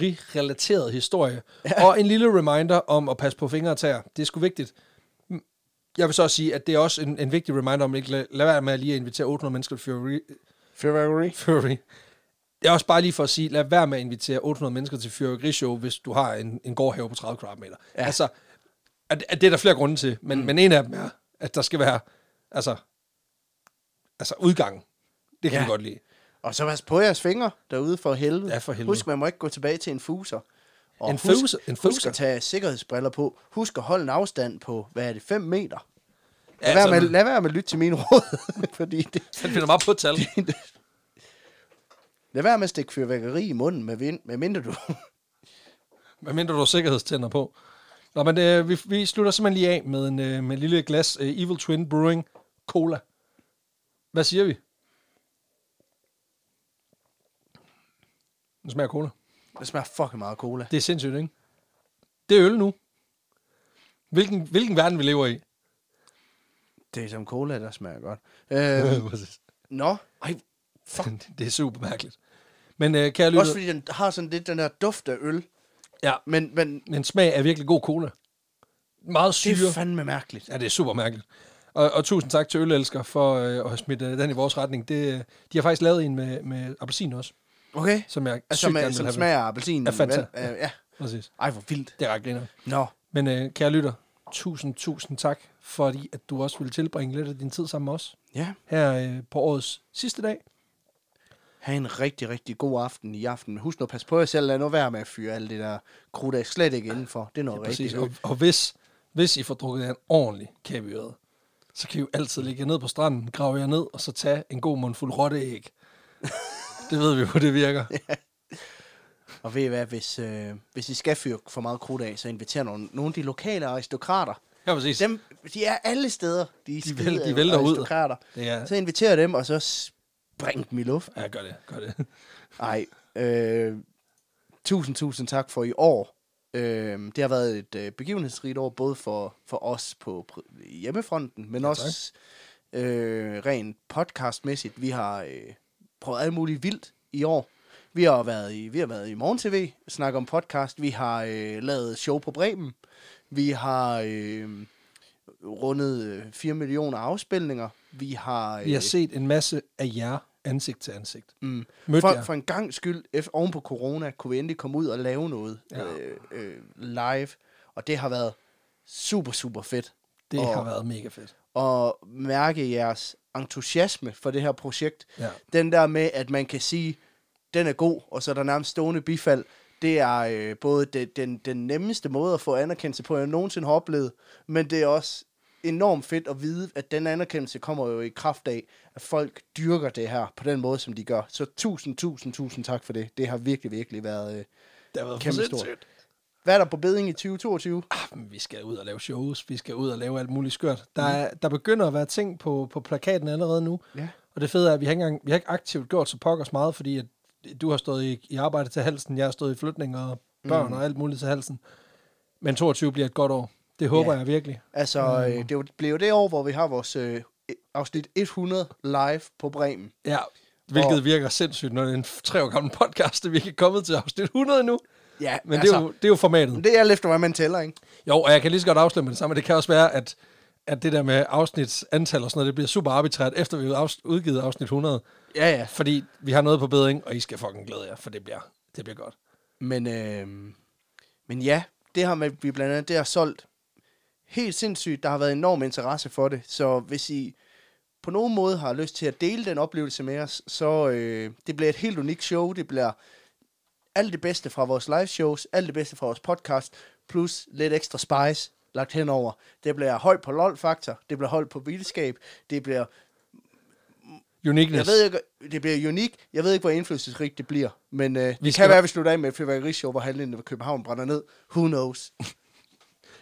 A: fyrværkeri-relateret historie. Ja. Og en lille reminder om at passe på fingre og tæer. Det er sgu vigtigt. Mm, Jeg vil så også sige, at det er også en, en vigtig reminder om, at ikke lad, lad være med at lige at invitere 800 mennesker til fyrværkeri.
B: Fyrværkeri.
A: fyrværkeri. Det er også bare lige for at sige, lad være med at invitere 800 mennesker til fyrværkerishow, hvis du har en, en gårdhave på 30 kvadratmeter. Ja. Altså, at, at det er der flere grunde til, men, mm. men en af dem er, at der skal være altså, altså udgang. Det kan
B: Ja.
A: ja. vi godt lide.
B: Og så pas på jeres fingre derude for helvede.
A: Ja, for helvede.
B: Husk, man må ikke gå tilbage til en fuser. Og
A: En
B: husk,
A: fuser? En
B: Husk
A: fuser?
B: at tage sikkerhedsbriller på. Husk at holde en afstand på, hvad er det, 5 meter?
A: Ja,
B: Lad, være
A: altså-
B: med, lad være med at lytte til mine råd, fordi det,
A: Han finder meget på tal.
B: lad være med at stikke fyrværkeri i munden, med, vind, med mindre du...
A: Hvad mindre du har sikkerhedstænder på. Nå, men øh, vi, vi slutter simpelthen lige af med en, øh, med en lille glas øh, Evil Twin Brewing Cola. Hvad siger vi? Den smager af cola.
B: Det smager fucking meget af cola.
A: Det er sindssygt, ikke? Det er øl nu. Hvilken, hvilken verden vi lever i.
B: Det er som cola, der smager godt. Øh,
A: Præcis.
B: nå,
A: Ej, fuck. det er super mærkeligt. Men øh, kære
B: også
A: lytter,
B: fordi den har sådan lidt den her duft af øl.
A: ja,
B: Men, men
A: men smag er virkelig god cola. Meget syre.
B: det er fandme mærkeligt.
A: Ja, det er super mærkeligt. Og, og tusind tak til Ølelsker for øh, at have smidt øh, den i vores retning. Det, øh, de har faktisk lavet en med, med appelsin også,
B: Okay?
A: som jeg
B: Altså,
A: altså, sygt
B: som,
A: gerne
B: er,
A: vil
B: som
A: have. Smag.
B: smager af appelsin.
A: Af Fanta.
B: vel? Øh, ja.
A: Præcis.
B: Ej, hvor vildt.
A: Det er ret griner.
B: Nå,
A: Men øh, kære lytter, tusind, tusind tak, fordi at du også ville tilbringe lidt af din tid sammen med os
B: ja.
A: her øh, på årets sidste dag.
B: Ha' en rigtig, rigtig god aften i aften. Husk nu at passe på jer selv. Lad nu være med at fyre alt det der krudt af slet ikke indenfor. Det er noget ja,
A: Præcis.
B: rigtigt.
A: Og, og hvis, hvis I får drukket jer en ordentlig kæbe i øret, så kan I jo altid ligge jer ned på stranden, grave jer ned, og så tage en god mundfuld rotteæg. det ved vi jo, det virker.
B: Og ved I hvad, hvis, øh, hvis I skal fyre for meget krudt af, så inviter nogle, nogle af de lokale aristokrater.
A: Ja, præcis.
B: Dem, de er alle steder. De, er skide
A: væl- de vælter ud.
B: aristokrater.
A: Det er,
B: Så inviterer dem, og så spring dem i luften.
A: ja, gør det, gør det.
B: Ej, øh, tusind, tusind tak for i år. Øh, det har været et øh, begivenhedsrigt år, både for, for os på pr- hjemmefronten, men ja, også øh, rent podcastmæssigt. Vi har øh, prøvet alt muligt vildt i år. Vi har været i, vi har været i morgen tv, snakket om podcast. Vi har øh, lavet show på Bremen. Vi har øh, rundet øh, 4 millioner afspilninger. Vi har... øh,
A: Vi har set en masse af jer ansigt til ansigt.
B: Mm.
A: Mødte
B: for,
A: jer.
B: for en gang skyld, ef- oven på corona, kunne vi endelig komme ud og lave noget
A: Ja.
B: ja. øh, øh, live. Og det har været super, super fedt.
A: Det
B: og,
A: har været mega fedt.
B: Og mærke jeres entusiasme for det her projekt.
A: Ja.
B: Den der med, at man kan sige, den er god, og så er der nærmest stående bifald. Det er øh, både det, den, den nemmeste måde at få anerkendelse på, jeg nogensinde har oplevet, men det er også enormt fedt at vide, at den anerkendelse kommer jo i kraft af, at folk dyrker det her på den måde, som de gør. Så tusind, tusind, tusind tak for det. Det har virkelig, virkelig været øh,
A: Det har været
B: kæmpe
A: for
B: stort.
A: sindssygt.
B: Hvad er der på beding i 2022?
A: Ah, men vi skal ud og lave shows, vi skal ud og lave alt muligt skørt. Der, er, der begynder at være ting på, på plakaten allerede nu,
B: Ja.
A: og det fede er, at vi har ikke, engang, vi har ikke aktivt gjort så pokkers meget, fordi at du har stået i, i arbejde til halsen, jeg har stået i flytning og børn mm. og alt muligt til halsen. Men 22 bliver et godt år. Det håber ja.
B: Ja.
A: jeg virkelig.
B: Altså, øh, det er jo- blev jo det år, hvor vi har vores øh, afsnit 100 live på Bremen.
A: Ja, hvilket
B: Og-
A: virker sindssygt, når det er en f- tre år gammel podcast, at vi ikke er kommet til afsnit 100 endnu.
B: Ja,
A: Men altså, det, er jo, det er jo formatet.
B: Det er alt efter, hvad man tæller, ikke?
A: Jo, og jeg kan lige så godt afsløre med det samme, at det kan også være, at, at det der med afsnitsantal og sådan noget, det bliver super arbitrært, efter vi har afs- udgivet afsnit 100.
B: Ja, ja.
A: Fordi vi har noget på bedring, og I skal fucking glæde jer, for det bliver, det bliver godt.
B: Men, øh, men ja, det har man, vi blandt andet det har solgt helt sindssygt. Der har været enorm interesse for det. Så hvis I på nogen måde har lyst til at dele den oplevelse med os, så øh, det bliver et helt unikt show. Det bliver alt det bedste fra vores live shows, alt det bedste fra vores podcast, plus lidt ekstra spice lagt henover. Det bliver højt på lol-faktor, det bliver højt på vildskab, det bliver,
A: Uniqueness.
B: jeg ved ikke, det bliver unik. Jeg ved ikke, hvor indflydelsesrigt det bliver, men øh, det
A: skal-
B: kan være, at vi slutter af med et fyrværkerishow, hvor halvdelen af København brænder ned. Who knows?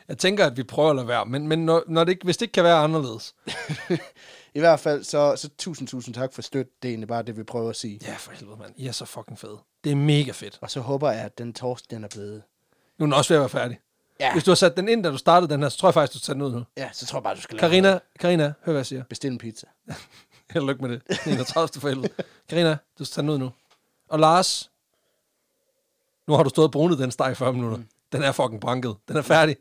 A: Jeg tænker, at vi prøver at lade være, men, men når, når det ikke, hvis det ikke kan være anderledes.
B: I hvert fald, så, så tusind, tusind tak for støtten. Det er egentlig bare det, vi prøver at sige.
A: Ja, for helvede, mand. I er så fucking fede. Det er mega fedt.
B: Og så håber jeg, at den torsk, den er blevet...
A: Nu er den også ved at være færdig.
B: Ja.
A: Hvis du har sat den ind, da du startede den her, så tror jeg faktisk, du tager den ud nu.
B: Ja, så tror jeg bare, du skal lade mig
A: Karina, Karina, hør hvad jeg siger.
B: bestille en pizza.
A: Held og lykke med det. Den 31. for helvede. Karina, du skal tage den ud nu. Og Lars, nu har du stået og brunet den steg i 40 minutter. Den er fucking branket. Den er færdig.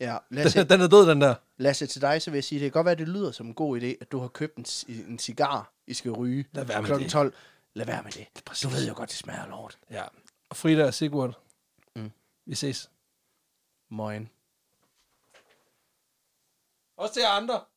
B: Ja, Lasse,
A: Den, den er død, den der.
B: Lasse, til dig, så vil jeg sige, det kan godt være, at det lyder som en god idé, at du har købt en, ci- en cigar, I skal ryge
A: Lad være med
B: klokken
A: det.
B: 12. Lad være med det. Du ved jo godt, det smager lort.
A: Ja. Og Frida og Sigurd,
B: Mm.
A: vi ses.
B: Moin.
A: Også til jer andre.